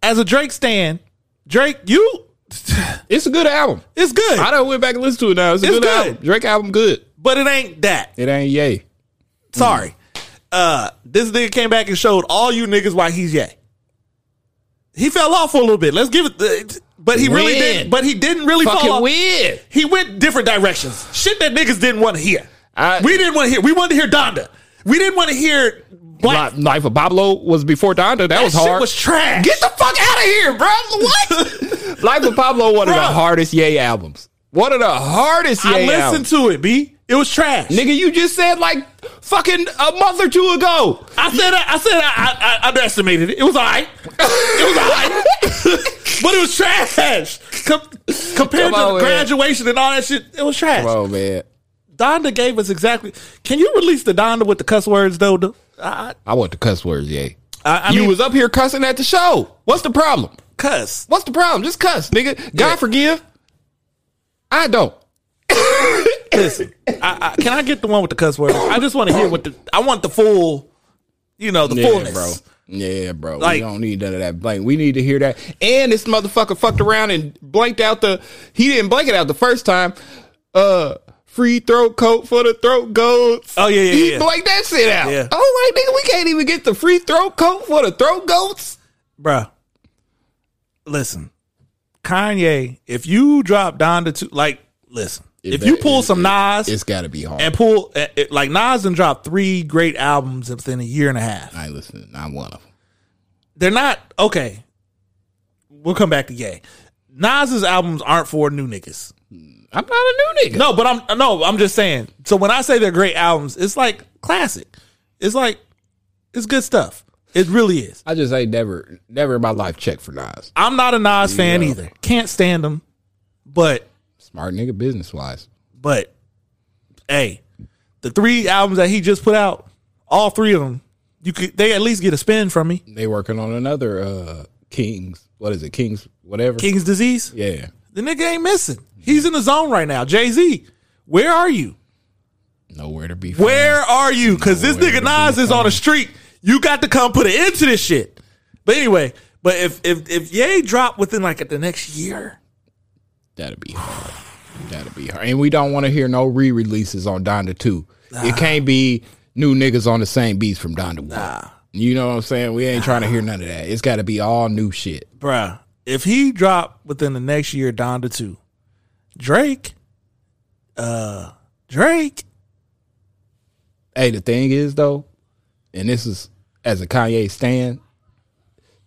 As a Drake stan, Drake, you,
shit. It's a good album.
it's good,
I done went back and listened to it now. It's a
It's
good,
good.
album. Drake album good.
but it ain't that.
It ain't yay. Mm.
Sorry. Uh, this nigga came back and showed all you niggas why he's yay. He fell off for a little bit. Let's give it, the, but he really
Win.
didn't. But he didn't really fall
Fucking
off.
weird.
He went different directions. Shit that niggas didn't want to hear.
I-
we didn't want to hear. We wanted to hear Donda. We didn't want to hear Black.
Li- Life of Pablo was before Donda. That, was
shit
hard.
was trash.
Get the fuck out of here, bro. What? Life of Pablo, one of the
Bruh.
hardest Yay albums. One of the hardest
I
Yay
listened
albums.
to it, B. It was trash.
Nigga, you just said like fucking a month or two ago.
I said I, I said I, I, I underestimated it. It was all right. It was all right. but it was trash. Com- compared
Come
to
on, man.
graduation and all that shit, it was trash.
Bro, Oh, man.
Donda gave us exactly. Can you release the Donda with the cuss words, though? though? I,
I want the cuss words, Yay.
I, I
you
mean,
was up here cussing at the show. What's the problem?
cuss.
What's the problem? Just cuss, nigga. God
Yeah.
forgive. I don't.
Listen, I, I, can I get the one with the cuss word? I just want to hear what the. I want the full, you know, the fullness.
bro. Yeah, bro.
Like-
we don't need none of that blank. We need to hear that. And this motherfucker fucked around and blanked out the. He didn't blank it out the first time. Uh, free throat coat for the throat goats.
Oh, yeah, yeah,
He
yeah.
blanked that shit out.
Yeah.
Oh, like nigga, we can't even get the free throat coat for the throat goats.
Bruh. Listen, Kanye, if you drop down to two, like, listen, if,
that-
you pull
it-
some Nas
It's got to be hard.
and pull, eh, eh, like, Nas done dropped three great albums within a year and a half.
I listen. I'm one of them.
They're not, okay, we'll come back to Ye. Nas's albums aren't for new niggas.
I'm not a new nigga.
No, but I'm no, I'm just saying. So when I say they're great albums, it's like classic. It's like it's good stuff. It really is.
I just ain't never, never in my life checked for Nas.
I'm not a Nas fan either. Can't stand him. But
Smart nigga, business wise.
But hey, the three albums that he just put out, all three of them, you could they at least get a spin from me.
They working on another uh Kings. What is it? Kings. Whatever.
King's disease,
Yeah.
the nigga ain't missing. He's in the zone right now. Jay Z, where are you?
Nowhere to be. found.
Where are you? Because this
Nowhere
nigga
to
Nas
be
is on the street. You got to come put an end to this shit. But anyway, but if if if Ye drop within like the next year,
That'd be hard. That'd be hard. And we don't want to hear no re releases on Donda 2. It can't be new niggas on the same beats from Donda 1. You know what I'm saying? We ain't trying to hear none of that. It's got to be all new shit.
bruh, if he drop within the next year, Donda two, Drake, uh, Drake,
Hey, the thing is, though, and this is as a Kanye stan,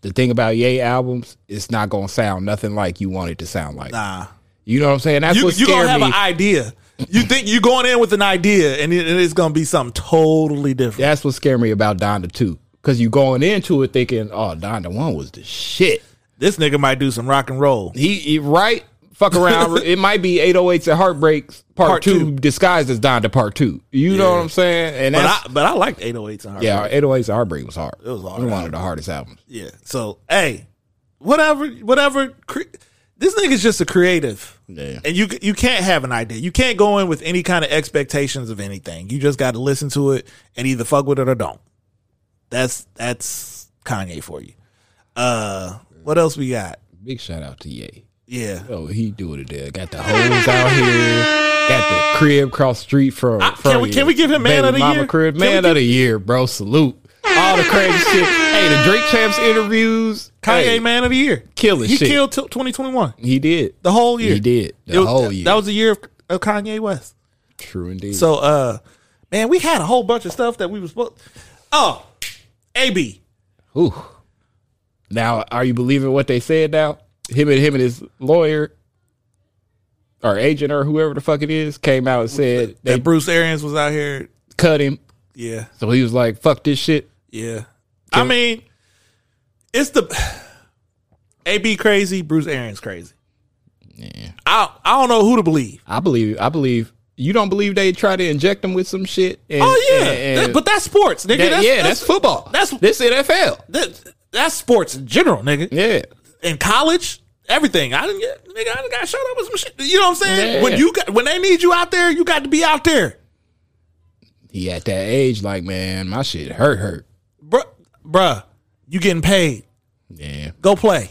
the thing about Ye albums, it's not going to sound nothing like you want it to sound like.
nah.
You know what I'm saying? That's
you
what
you gonna
scared
have
me.
an idea. You think you're going in with an idea, and it, and it's gonna be something totally different.
That's what scared me about Donda 2. Because you going into it thinking, oh, Donda 1 was the shit.
This nigga might do some rock and roll.
He, he- right? Fuck around. it might be 808s and Heartbreaks Part,
Part
2,
two.
disguised as Donda Part 2. You know what I'm saying? And
But
that's,
I but I liked 808s and Heartbreak.
yeah, 808s and Heartbreak was hard. It
was hard.
One of the hardest albums.
yeah. So hey, whatever, whatever. Cre- this nigga's just a creative,
Yeah.
and you you can't have an idea. You can't go in with any kind of expectations of anything. You just got to listen to it and either fuck with it or don't. That's that's Kanye for you. Uh, what else we got?
Big shout out to Ye.
Yeah,
Oh, he do what it did. Got the hoes out here. Got the crib cross street from.
I-
from
can we-
you.
can we give him man
Baby
of the
mama
year?
Crib.
Can we
Man of the year, bro. Salute. All the crazy shit. Hey, the Drake Champs interviews.
Kanye
hey,
Man of the Year.
killing
he
shit.
killed till 2021.
He did.
The whole year.
He did. The
It was-
whole year.
That was the year of, of Kanye West.
True indeed.
So uh man, we had a whole bunch of stuff that we was supposed Oh, A B.
Ooh. Now, are you believing what they said now? Him and him and his lawyer or agent or whoever the fuck it is came out and said they
That Bruce Arians was out here.
cut him.
Yeah.
So he was like, fuck this shit.
Yeah. I mean, it's the A B crazy, Bruce Arians crazy. Yeah. I I don't know who to believe.
I believe I believe you don't believe they try to inject him with some shit. And,
Oh yeah.
and- and-
That- but that's sports, nigga.
that-
that's,
yeah, that's, football.
that's-
this NFL.
that- that's sports in general, nigga.
Yeah.
in college, everything. I didn't get nigga, I done got shut up with some shit. You know what I'm saying?
Yeah.
When you got when they need you out there, you got to be out there.
He at that age, like, man, my shit hurt hurt.
Bruh bruh, you getting paid.
Yeah.
Go play.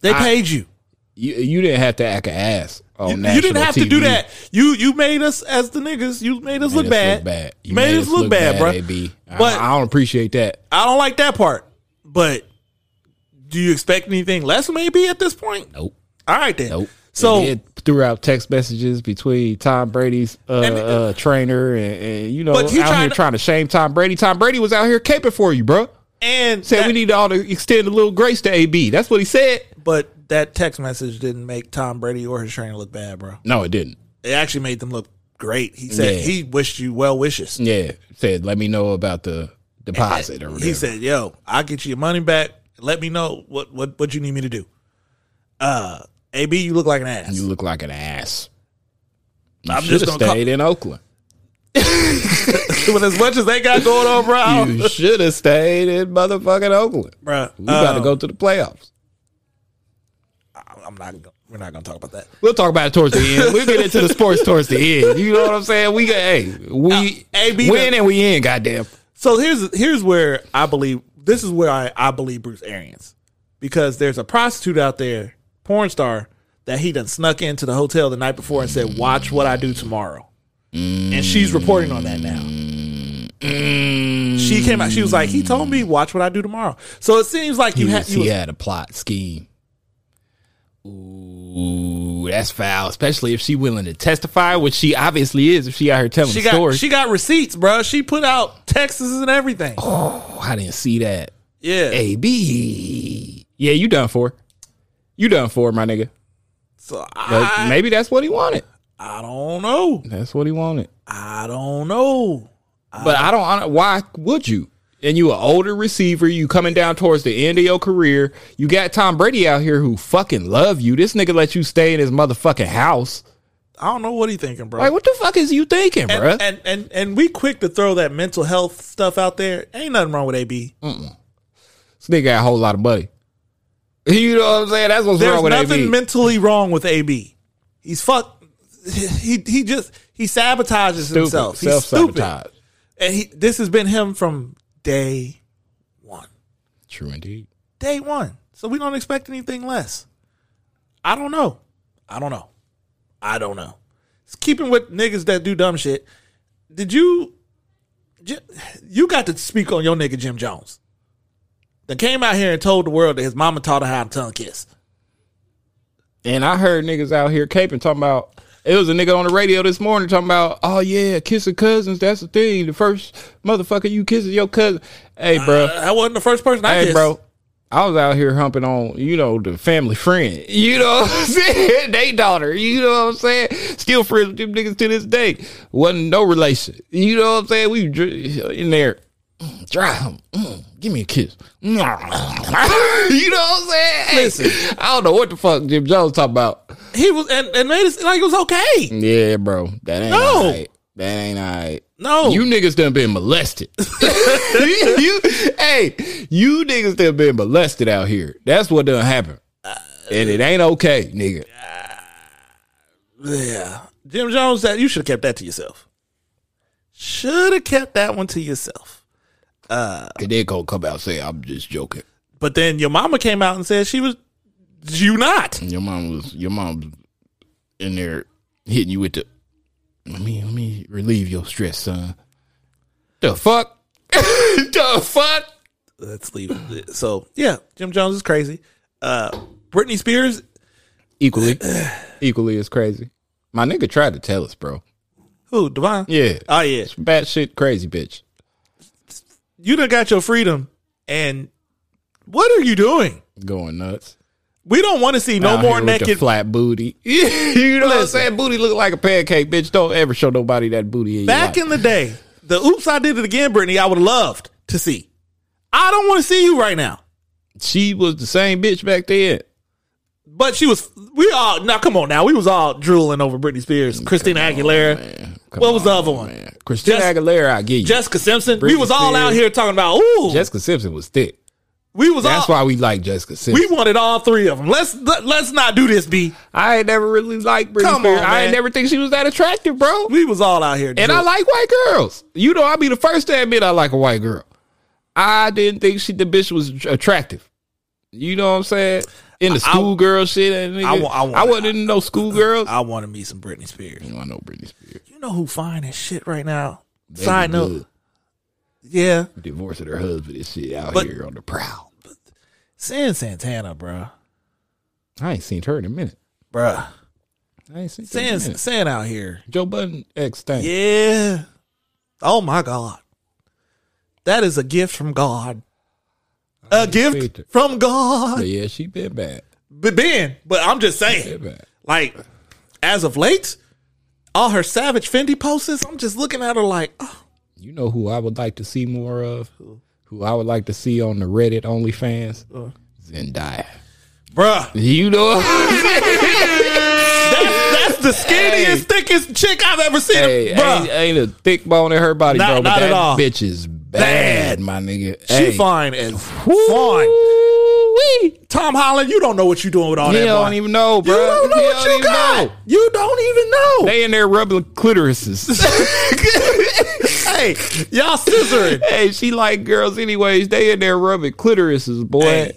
They paid you.
You you didn't have to act a ass on
You,
national
you didn't have to do
TV.
that. You you made us as the niggas, you made us, look,
Made us
bad.
look bad.
You made, us look, bad, bruh.
AB. I-
But-
I don't appreciate that.
I don't like that part. But do you expect anything less maybe at this point?
Nope.
All right then.
Nope.
So
And it threw out text messages between Tom Brady's uh,
And-
uh, trainer and, and you know out
But he
here
tried to-
trying to shame Tom Brady. Tom Brady was out here caping for you, bro.
and
Said
that-
we need all to extend a little grace to AB. That's what he said.
but that text message didn't make Tom Brady or his trainer look bad, bro.
No, it didn't.
it actually made them look great. He said
Yeah.
he wished you well wishes.
Yeah, said let me know about the deposit or whatever.
He said, "Yo, I'll get you your money back. Let me know what what what you need me to do." Uh, AB, you look like an ass.
you look like an ass. You
I'm
should
just
have
gonna call-
stayed in Oakland.
With as much as they got going on, bro, I don't-
You should have stayed in motherfucking Oakland.
bro.
We about to
um,
go to the playoffs.
I'm not. We're not gonna talk about that.
We'll talk about it towards the end. We'll get into the sports towards the end. You know what I'm saying? We got hey, we
Uh, AB
win
the-
and we in. Goddamn.
So here's here's where I believe this is where I, I believe Bruce Arians because there's a prostitute out there, porn star, that he done snuck into the hotel the night before and said, "Watch what I do tomorrow," and she's reporting on that now. She came out. She was like, "He told me, watch what I do tomorrow." So it seems like you
He,
have
was- he had a plot scheme. Ooh, that's foul. Especially if she willing to testify, which she obviously is. If she out here telling
she
stories.
got she got receipts, bro. She put out texts and everything.
Oh, I didn't see that.
yeah.
AB. Yeah, you done for. You done for, my nigga.
So
But
I,
maybe that's what he wanted.
I don't know.
That's what he wanted.
I don't know.
But I don't. I don't- Why would you? And you an older receiver. You coming down towards the end of your career. You got Tom Brady out here who fucking love you. This nigga let you stay in his motherfucking house.
I don't know what he thinking, bro.
Like, what the fuck is you thinking,
and,
bruh?
and and and we quick to throw that mental health stuff out there. Ain't nothing wrong with AB.
this nigga got a whole lot of money. You know what I'm saying? That's what's
There's
wrong with
nothing
AB.
mentally wrong with AB. He's fuck. He he just he sabotages himself. He's
Self-sabotage.
stupid. And he this has been him from day one.
True indeed.
Day one. So we don't expect anything less. I don't know. I don't know. I don't know. It's keeping with niggas that do dumb shit. Did you? J- You got to speak on your nigga Jim Jones. That came out here and told the world that his mama taught her how to tongue kiss.
And I heard niggas out here caping talking about it was a nigga on the radio this morning talking about, oh yeah, kissing cousins, that's the thing. The first motherfucker you kisses your cousin. Hey, bro.
I Uh, wasn't the first person I
hey,
kissed.
bro. I was out here humping on, you know, the family friend. You know what I'm saying? they daughter. You know what I'm saying? Still friends with them niggas to this day. Wasn't no relation. You know what I'm saying? We dr- in there. mm, Dry him. Mm, give me a kiss. you know what I'm saying? Hey,
Listen.
I don't know what the fuck Jim Jones talking about.
He was and, and made it seem like it was okay.
Yeah, bro. That ain't
No.
alright. That ain't alright.
No,
You niggas done been molested. you, you- hey, you niggas done been molested out here. That's what done happened. And it ain't okay, nigga.
yeah, Jim Jones. That you should have kept that to yourself. Should have kept that one to yourself.
And they gonna come out and say, I'm just joking.
But then your mama came out and said she was you not.
Your mom was your mom was in there hitting you with the let me let me relieve your stress, son. The fuck? the fuck?
Let's leave. it. So yeah, Jim Jones is crazy. Uh Britney Spears,
Equally. equally is crazy. My nigga tried to tell us, bro.
who Devon?
Yeah.
Oh yeah,
Bad shit crazy bitch.
you done got your freedom, and what are you doing?
Going nuts.
We don't want to see no
out
more
here with the
naked.
flat booty. you know what I'm saying? Booty look like a pancake, bitch. Don't ever show nobody that booty. In
Back
your
in the day, the oops I did it again, Britney. I would have loved to see. I don't want to see you right now.
life. she was the same bitch back then.
But she was. We all now. Come on now. We was all drooling over Britney Spears, Christina Aguilera,
Come
What was the
on,
other one?
man. Christina
Jes-
Aguilera, I get you.
Jessica Simpson. we
Britney
was all out
Spears.
here talking about. Ooh,
Jessica Simpson was thick.
we was all.
That's why we like Jessica
We
Simpson.
wanted all three of them. Let's let, let's not do this, B.
I ain't never really liked Britney
Come
Spears.
on,
I
man.
ain't never think she was that attractive, bro.
We was all out here,
And I
Drew.
like white girls. You know, I'll be the first to admit I like a white girl. I didn't think she the bitch was attractive. You know what I'm saying? In the schoolgirl shit, and nigga, I,
I wa- I wa-
wasn't into no schoolgirls.
I want to meet some Britney Spears.
I know Britney Spears.
You know who fine as shit right now. Side note,
Good.
yeah,
divorcing her husband and shit out
But-
here on the prowl.
San Santana, bruh,
I ain't seen her in a minute.
bruh.
I ain't seen her in
San
a minute.
San out here,
Joe Budden ex thing.
yeah. Oh my God, that is a gift from God. A
seen it.
gift from God.
But yeah, she been bad.
But Ben, but I'm just saying,
Been bad.
like as of late, all her Savage Fendi posts, I'm just looking at her like, oh,
You know who I would like to see more of? Who I would like to see on the Reddit OnlyFans?
Uh.
Zendaya.
bruh.
You know,
That's, that's the skinniest,
Hey.
thickest chick I've ever seen.
hey,
Bruh.
ain't, ain't a thick bone in her body,
Not-
bro. But
not
that
at all.
bitch is bad,
Bad.
my nigga.
she
Hey.
fine as
Woo-wee.
fine.
me.
Tom Holland, you don't know what you're doing with all
He
Oh, that.
don't
money.
even know,
You
bro.
don't know
He
what you
even
got.
know.
You don't even know.
They in there rubbing clitorises.
hey, y'all scissoring.
hey, she like girls anyways. They in there rubbing clitorises, boy.
Hey,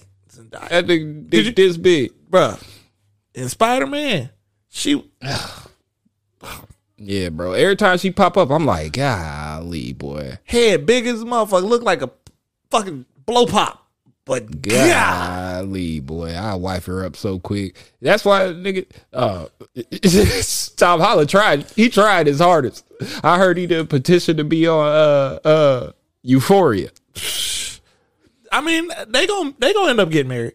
That thing
Did you-
this big.
bruh. In Spider Man, she
Yeah, bro. Every time she pop up, I'm like, golly, boy.
head big as a motherfucker, looked like a fucking blow pop. But yeah,
Golly, boy. I wife her up so quick. That's why nigga uh Tom Holland tried he tried his hardest. I heard he did a petition to be on uh uh Euphoria.
I mean, they gon' they gonna end up getting married.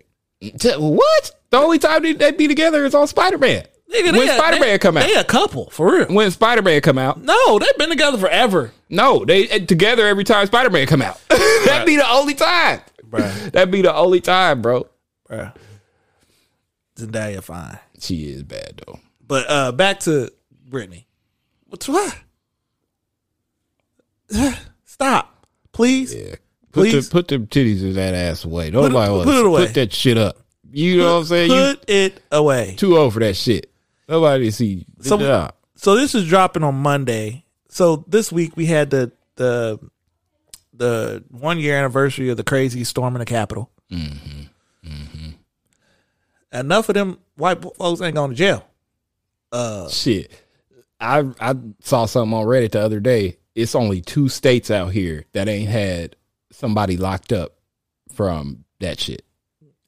T- What? The only time they, they be together is on Spider Man.
Nigga,
When
they a-
Spider-Man
they-
come out.
they a couple for real.
When Spider Man come out,
No, they've been together forever.
no, they eh, together every time Spider Man come out. That'd be the only time.
Bruh.
That'd be the only time, bro.
Bruh. Zendaya fine,
She is bad though.
but uh, back to Brittany. What's what? Stop, please.
Yeah. Put the,
Please.
put them titties in that ass away.
it-
Nobody wants
put it away.
put that shit up. You know what I'm saying? You
Put it away.
too old for that shit. Nobody see.
So-
Nah.
So this is dropping on Monday. So this week we had the the the one year anniversary of the crazy storm in the Capitol.
Mm-hmm.
Enough of them white folks ain't going to jail.
Shit. I I saw something on Reddit the other day. It's only two states out here that ain't had somebody locked up from that shit.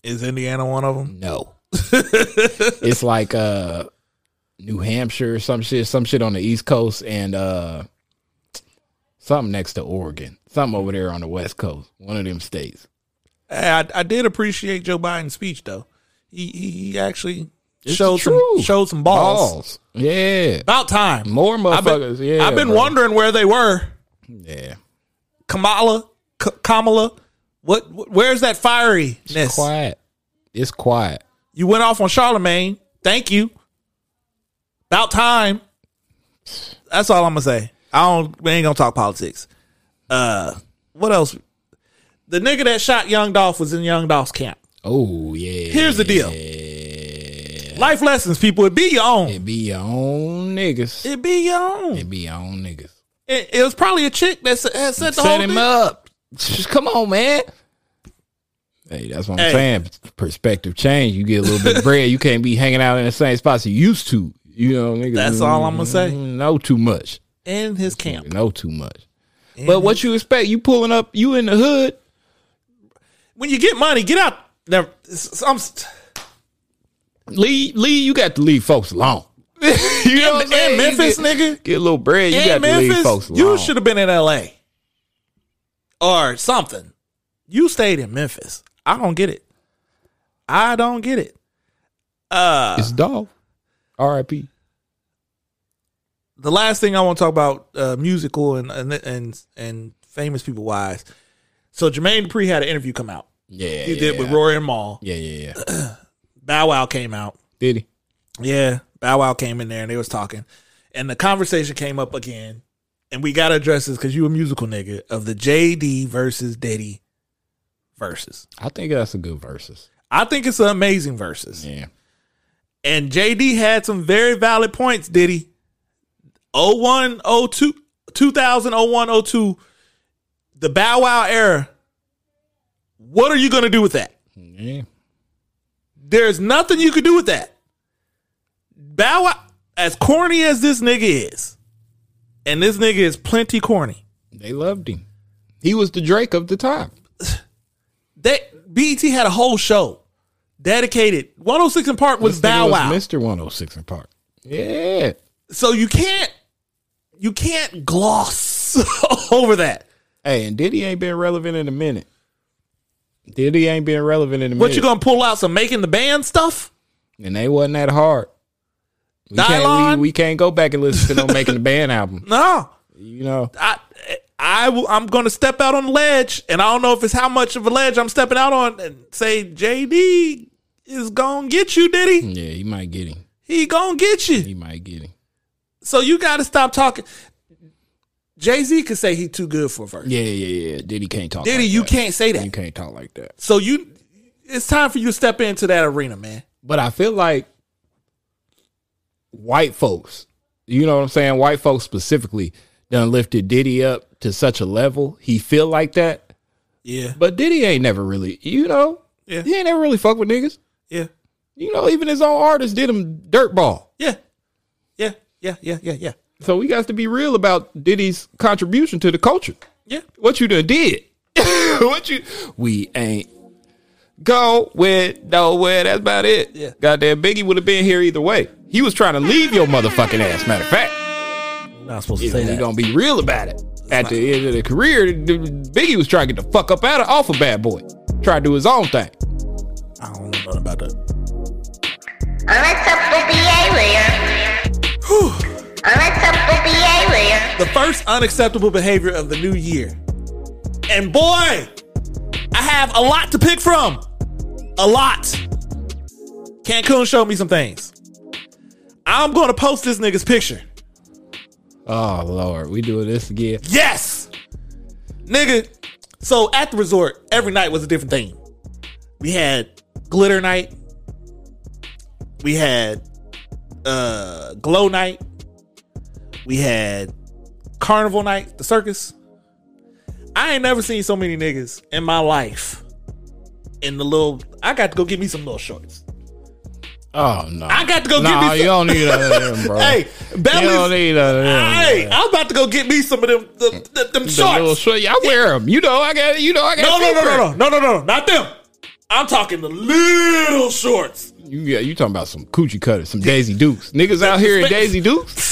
Is Indiana one of them?
No. it's like uh New Hampshire or some shit, some shit on the East Coast and uh something next to Oregon. Something over there on the West Coast. One of them states.
I,
Mm-hmm.
I did appreciate Joe Biden's speech though. He he, he actually
It's
showed some
true.
showed some balls.
Yeah.
About time.
More
I've been,
motherfuckers. yeah.
I've been
bro.
wondering where they were.
Yeah.
Kamala, K- Kamala, what, what? Where's that fieriness?
Quiet. It's quiet.
You went off on Charlemagne. Thank you. About time. That's all I'm gonna say. I don't. We ain't gonna talk politics. Uh, what else? The nigga that shot Young Dolph was in Young Dolph's camp.
Oh yeah.
Here's the deal. Life lessons, people. It be your own.
It be your own niggas.
It be your own.
It be your own niggas.
It, it was probably a chick that said, that said the whole
Set him
thing.
up. Come on, man. Hey, that's what I'm
Hey.
saying. Perspective change. You get a little bit of bread. You can't be hanging out in the same spots you used to. You know, niggas.
That's all I'ma say.
Know too much.
in his camp.
Know too much. But what you expect? You pulling up? You in the hood?
When you get money, get out. Never. it's- it's- I'm, s-
Lee, Lee, you got to leave folks alone. you know what I'm
in
saying? You
Memphis,
get,
nigga.
Get a little bread. You
in
got to leave folks
Memphis,
alone.
you should have been in L.A. or something. You stayed in Memphis. I don't get it. I don't get it. Uh,
It's Dolph. R.I.P.
the last thing I want to talk about uh, musical and and and, and famous people wise. So Jermaine Dupri had an interview come out.
Yeah,
He did with Rory and Maul.
Yeah, yeah, yeah.
Bow Wow came out.
did he?
Yeah, Bow Wow came in there and they was talking, and the conversation came up again, and we gotta address this because you a musical nigga of the JD versus Diddy versus.
I think that's a good versus.
I think it's an amazing versus,
Yeah.
and JD had some very valid points. Diddy, 01, 02, 2000, 01, 02, the Bow Wow era. What are you gonna do with that?
Yeah.
There's nothing you could do with that. Bow Wow, as corny as this nigga is, and this nigga is plenty corny.
They loved him. He was the Drake of the time.
That BET had a whole show dedicated. 106 in Park was
This
Bow
nigga
Wow.
Mr. 106 in oh Park. Yeah.
so you can't, you can't gloss over that.
Hey, and Diddy ain't been relevant in a minute. Diddy ain't been relevant in a
What
minute.
you gonna pull out some making the band stuff?
and they wasn't that hard. We can't,
Dylon?
we, we can't go back and listen to them making the band album.
No,
You know,
I, I, will- I'm gonna step out on a ledge, and I don't know if it's how much of a ledge I'm stepping out on, and say JD is gonna get you, Diddy.
yeah, he might get him.
He gonna get you.
He might get him.
So you gotta stop talking. Jay Z could say he too good for a verse.
Yeah, yeah, yeah. Diddy can't talk.
Diddy,
like
you
that.
can't say that.
You can't talk like that.
So you, it's time for you to step into that arena, man.
But I feel like white folks, you know what I'm saying? White folks specifically done lifted Diddy up to such a level. He feel like that.
Yeah,
But Diddy ain't never really, you know,
Yeah.
he ain't never really fuck with niggas.
yeah,
You know, even his own artists did him dirt ball.
yeah, yeah, yeah, yeah, yeah, yeah,
So we got to be real about Diddy's contribution to the culture.
yeah.
What you done did? what you? We ain't go with nowhere. That's about it.
Yeah.
Goddamn, Biggie would have been here either way. He was trying to leave your motherfucking ass. Matter of fact,
Not supposed to say
we
that.
gonna be real about it. At the end of the career, the- Biggie was trying to get the fuck up out of off of Bad Boy. Try to do his own thing.
I don't know nothing about that.
Alexa, Bobby Alien. Alexa, Bobby Alien.
The first unacceptable behavior of the new year, and boy, I have a lot to pick from. A lot. Cancun showed me some things. I'm gonna post this nigga's picture.
Oh Lord, we doing this again?
Yes, nigga. So at the resort, every night was a different thing. We had glitter night. We had uh glow night. We had carnival night, the circus. I ain't never seen so many niggas in my life. In the little, I got to go get me some little shorts.
Oh no,
I got to go
Nah,
get me.
you
Some,
don't need none of them, bro.
hey,
Uh, you don't
Belly's.
need none of them.
Hey, I'm about to go get me some of them them, them, them
The little
shorts.
short- yeah, I wear them. You know, I got. You know, I
No,
got.
no, no, no,
fever.
no, no, no, no, no, not them. I'm talking the little shorts.
You yeah, you talking about some coochie cutters, some Daisy Dukes, niggas out here in Daisy Dukes.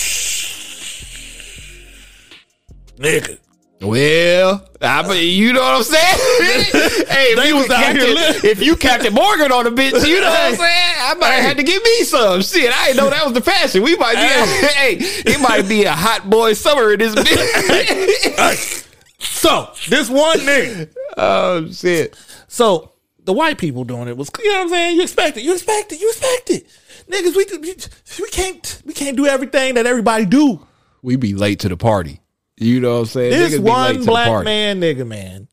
Nigga.
Well, I, but you know what I'm saying. hey, if
They
you
was out here
Captain,
living.
if you Captain Morgan on the bitch, you know what I'm
Hey.
saying. I might have had to give me some shit. I didn't know that was the fashion. We might be. Hey, it might be a hot boy summer in this bitch.
So this one nigga.
oh shit.
So the white people doing it was you know what I'm saying. You expect it. You expect it. You expect it. Niggas, we do- we, we can't we can't do everything that everybody do.
We be late to the party. You know what I'm saying.
This
Niggas be late to
one
the
black
party.
man, nigga, man.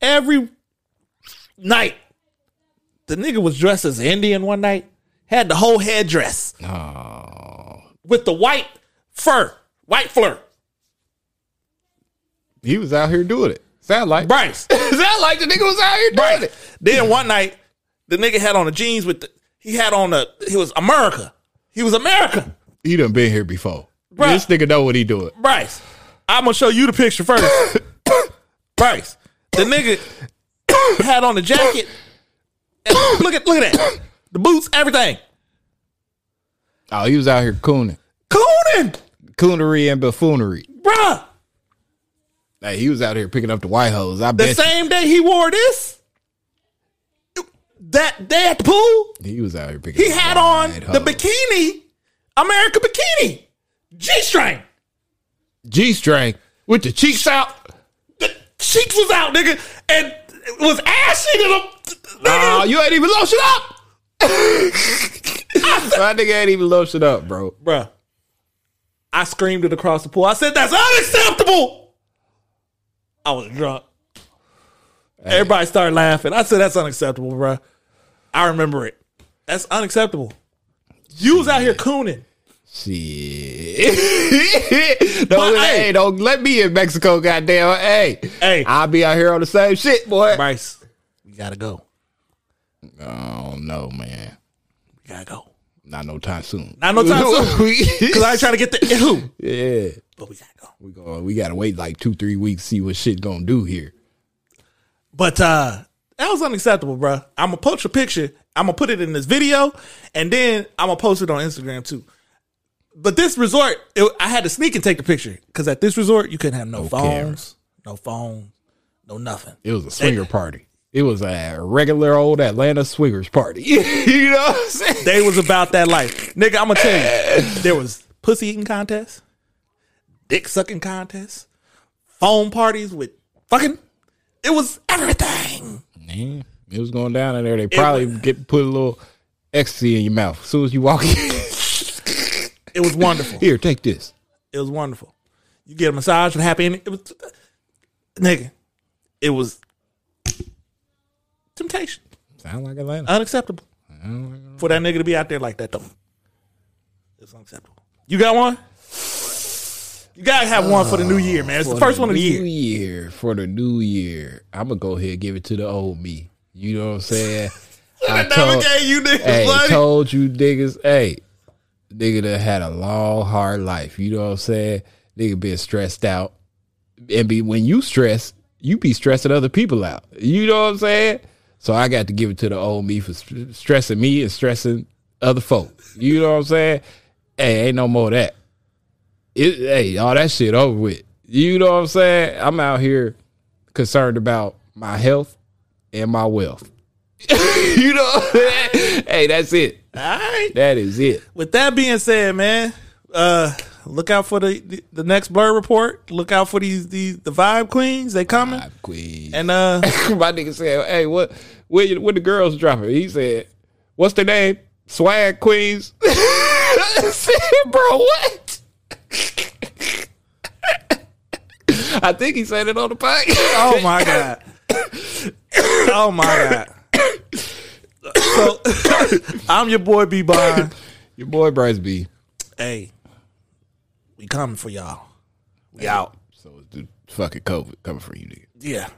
Every night, the nigga was dressed as an Indian. One night, had the whole headdress
Oh.
with the white fur, white fur.
He was out here doing it. Sound like
Bryce.
Sound like the nigga was out here doing
Right.
it.
Then one night, the nigga had on the jeans with the he had on the he was America. He was America.
He done been here before.
Bruh.
This nigga know what he doing.
Bryce. I'm gonna show you the picture first. Bryce. The nigga had on the jacket. And look at look at that. The boots, everything.
Oh, he was out here cooning.
Coonin!
Coonery and buffoonery.
Bruh!
Like, he was out here picking up the white hoes. I
The
bet
same day he wore this, that day at the pool,
you. he was out here picking
he
up
had
the
on
white
the
hoes.
bikini, America bikini, G string.
G-string with the cheeks out.
the cheeks was out, nigga, and was ashing in them.
Oh,
Nigga,
you ain't even lotion up. My nigga ain't even lotion up, bro.
bruh. I screamed it across the pool. I said, "That's unacceptable." I was drunk. Everybody started laughing. I said, "That's unacceptable, bruh. I remember it. That's unacceptable. You was out here cooning.
Shit.
But,
don't, let-
hey.
hey, don't let me in Mexico, goddamn. Hey.
Hey.
I'll be out here on the same shit, boy.
Bryce, we gotta go.
Oh, no, man.
We gotta go.
Not no time soon.
Not no time soon. Cause I ain't trying to get the who,
yeah.
but we gotta go.
We going we gotta wait like two, three weeks, see what shit gonna do here.
But uh that was unacceptable, bruh. I'm gonna post a picture. I'm gonna put it in this video, and then I'm gonna post it on Instagram too. But this resort, it, I had to sneak and take the picture because at this resort you couldn't have no, phones,
cameras.
no phone, no nothing.
It was a swinger party. It was a regular old Atlanta swingers party. you know what I'm saying?
They was about that life, nigga. I'm gonna tell you, there was pussy eating contests, dick sucking contests, phone parties with fucking. It was everything.
Man, it was going down in there. They probably get put a little ecstasy in your mouth as soon as you walk in.
It was wonderful.
Here, take this.
It was wonderful. You get a massage with happy ending. It was nigga. It was temptation.
Sound like
Uh,
Atlanta.
Unacceptable. For that nigga to be out there like that though. It's unacceptable. You got one? You gotta have one for the new year, man. It's the
For
first one of the
New
year.
year for the new year. I'm gonna go ahead and give it to the old me. You know what I'm saying? I told,
you niggas
hey,
money.
told you niggas, hey, nigga that had a long hard life. You know what I'm saying? Nigga been stressed out, and be when you stress, you be stressing other people out. You know what I'm saying? So I got to give it to the old me for st- stressing me and stressing other folk. You know what I'm saying? Hey, ain't no more of that it, hey, all that shit over with. You know what I'm saying? I'm out here concerned about my health and my wealth. you know, what I'm saying? hey, that's it.
All right.
That is it.
With that being said, man, uh, look out for the, the the next blur report. Look out for these these the vibe queens. They coming.
I'm queen.
And uh,
my nigga said, "Hey, what? Where, you- what the girls dropping?" He said, "What's their name? Swag Queens." I said, "Bro, what?" I think he said it on the podcast.
oh my god, oh my god. So I'm your boy B Bond.
Your boy Bryce B.
Hey, we coming for y'all. We out.
So it's the fucking COVID coming for you, nigga.
Yeah.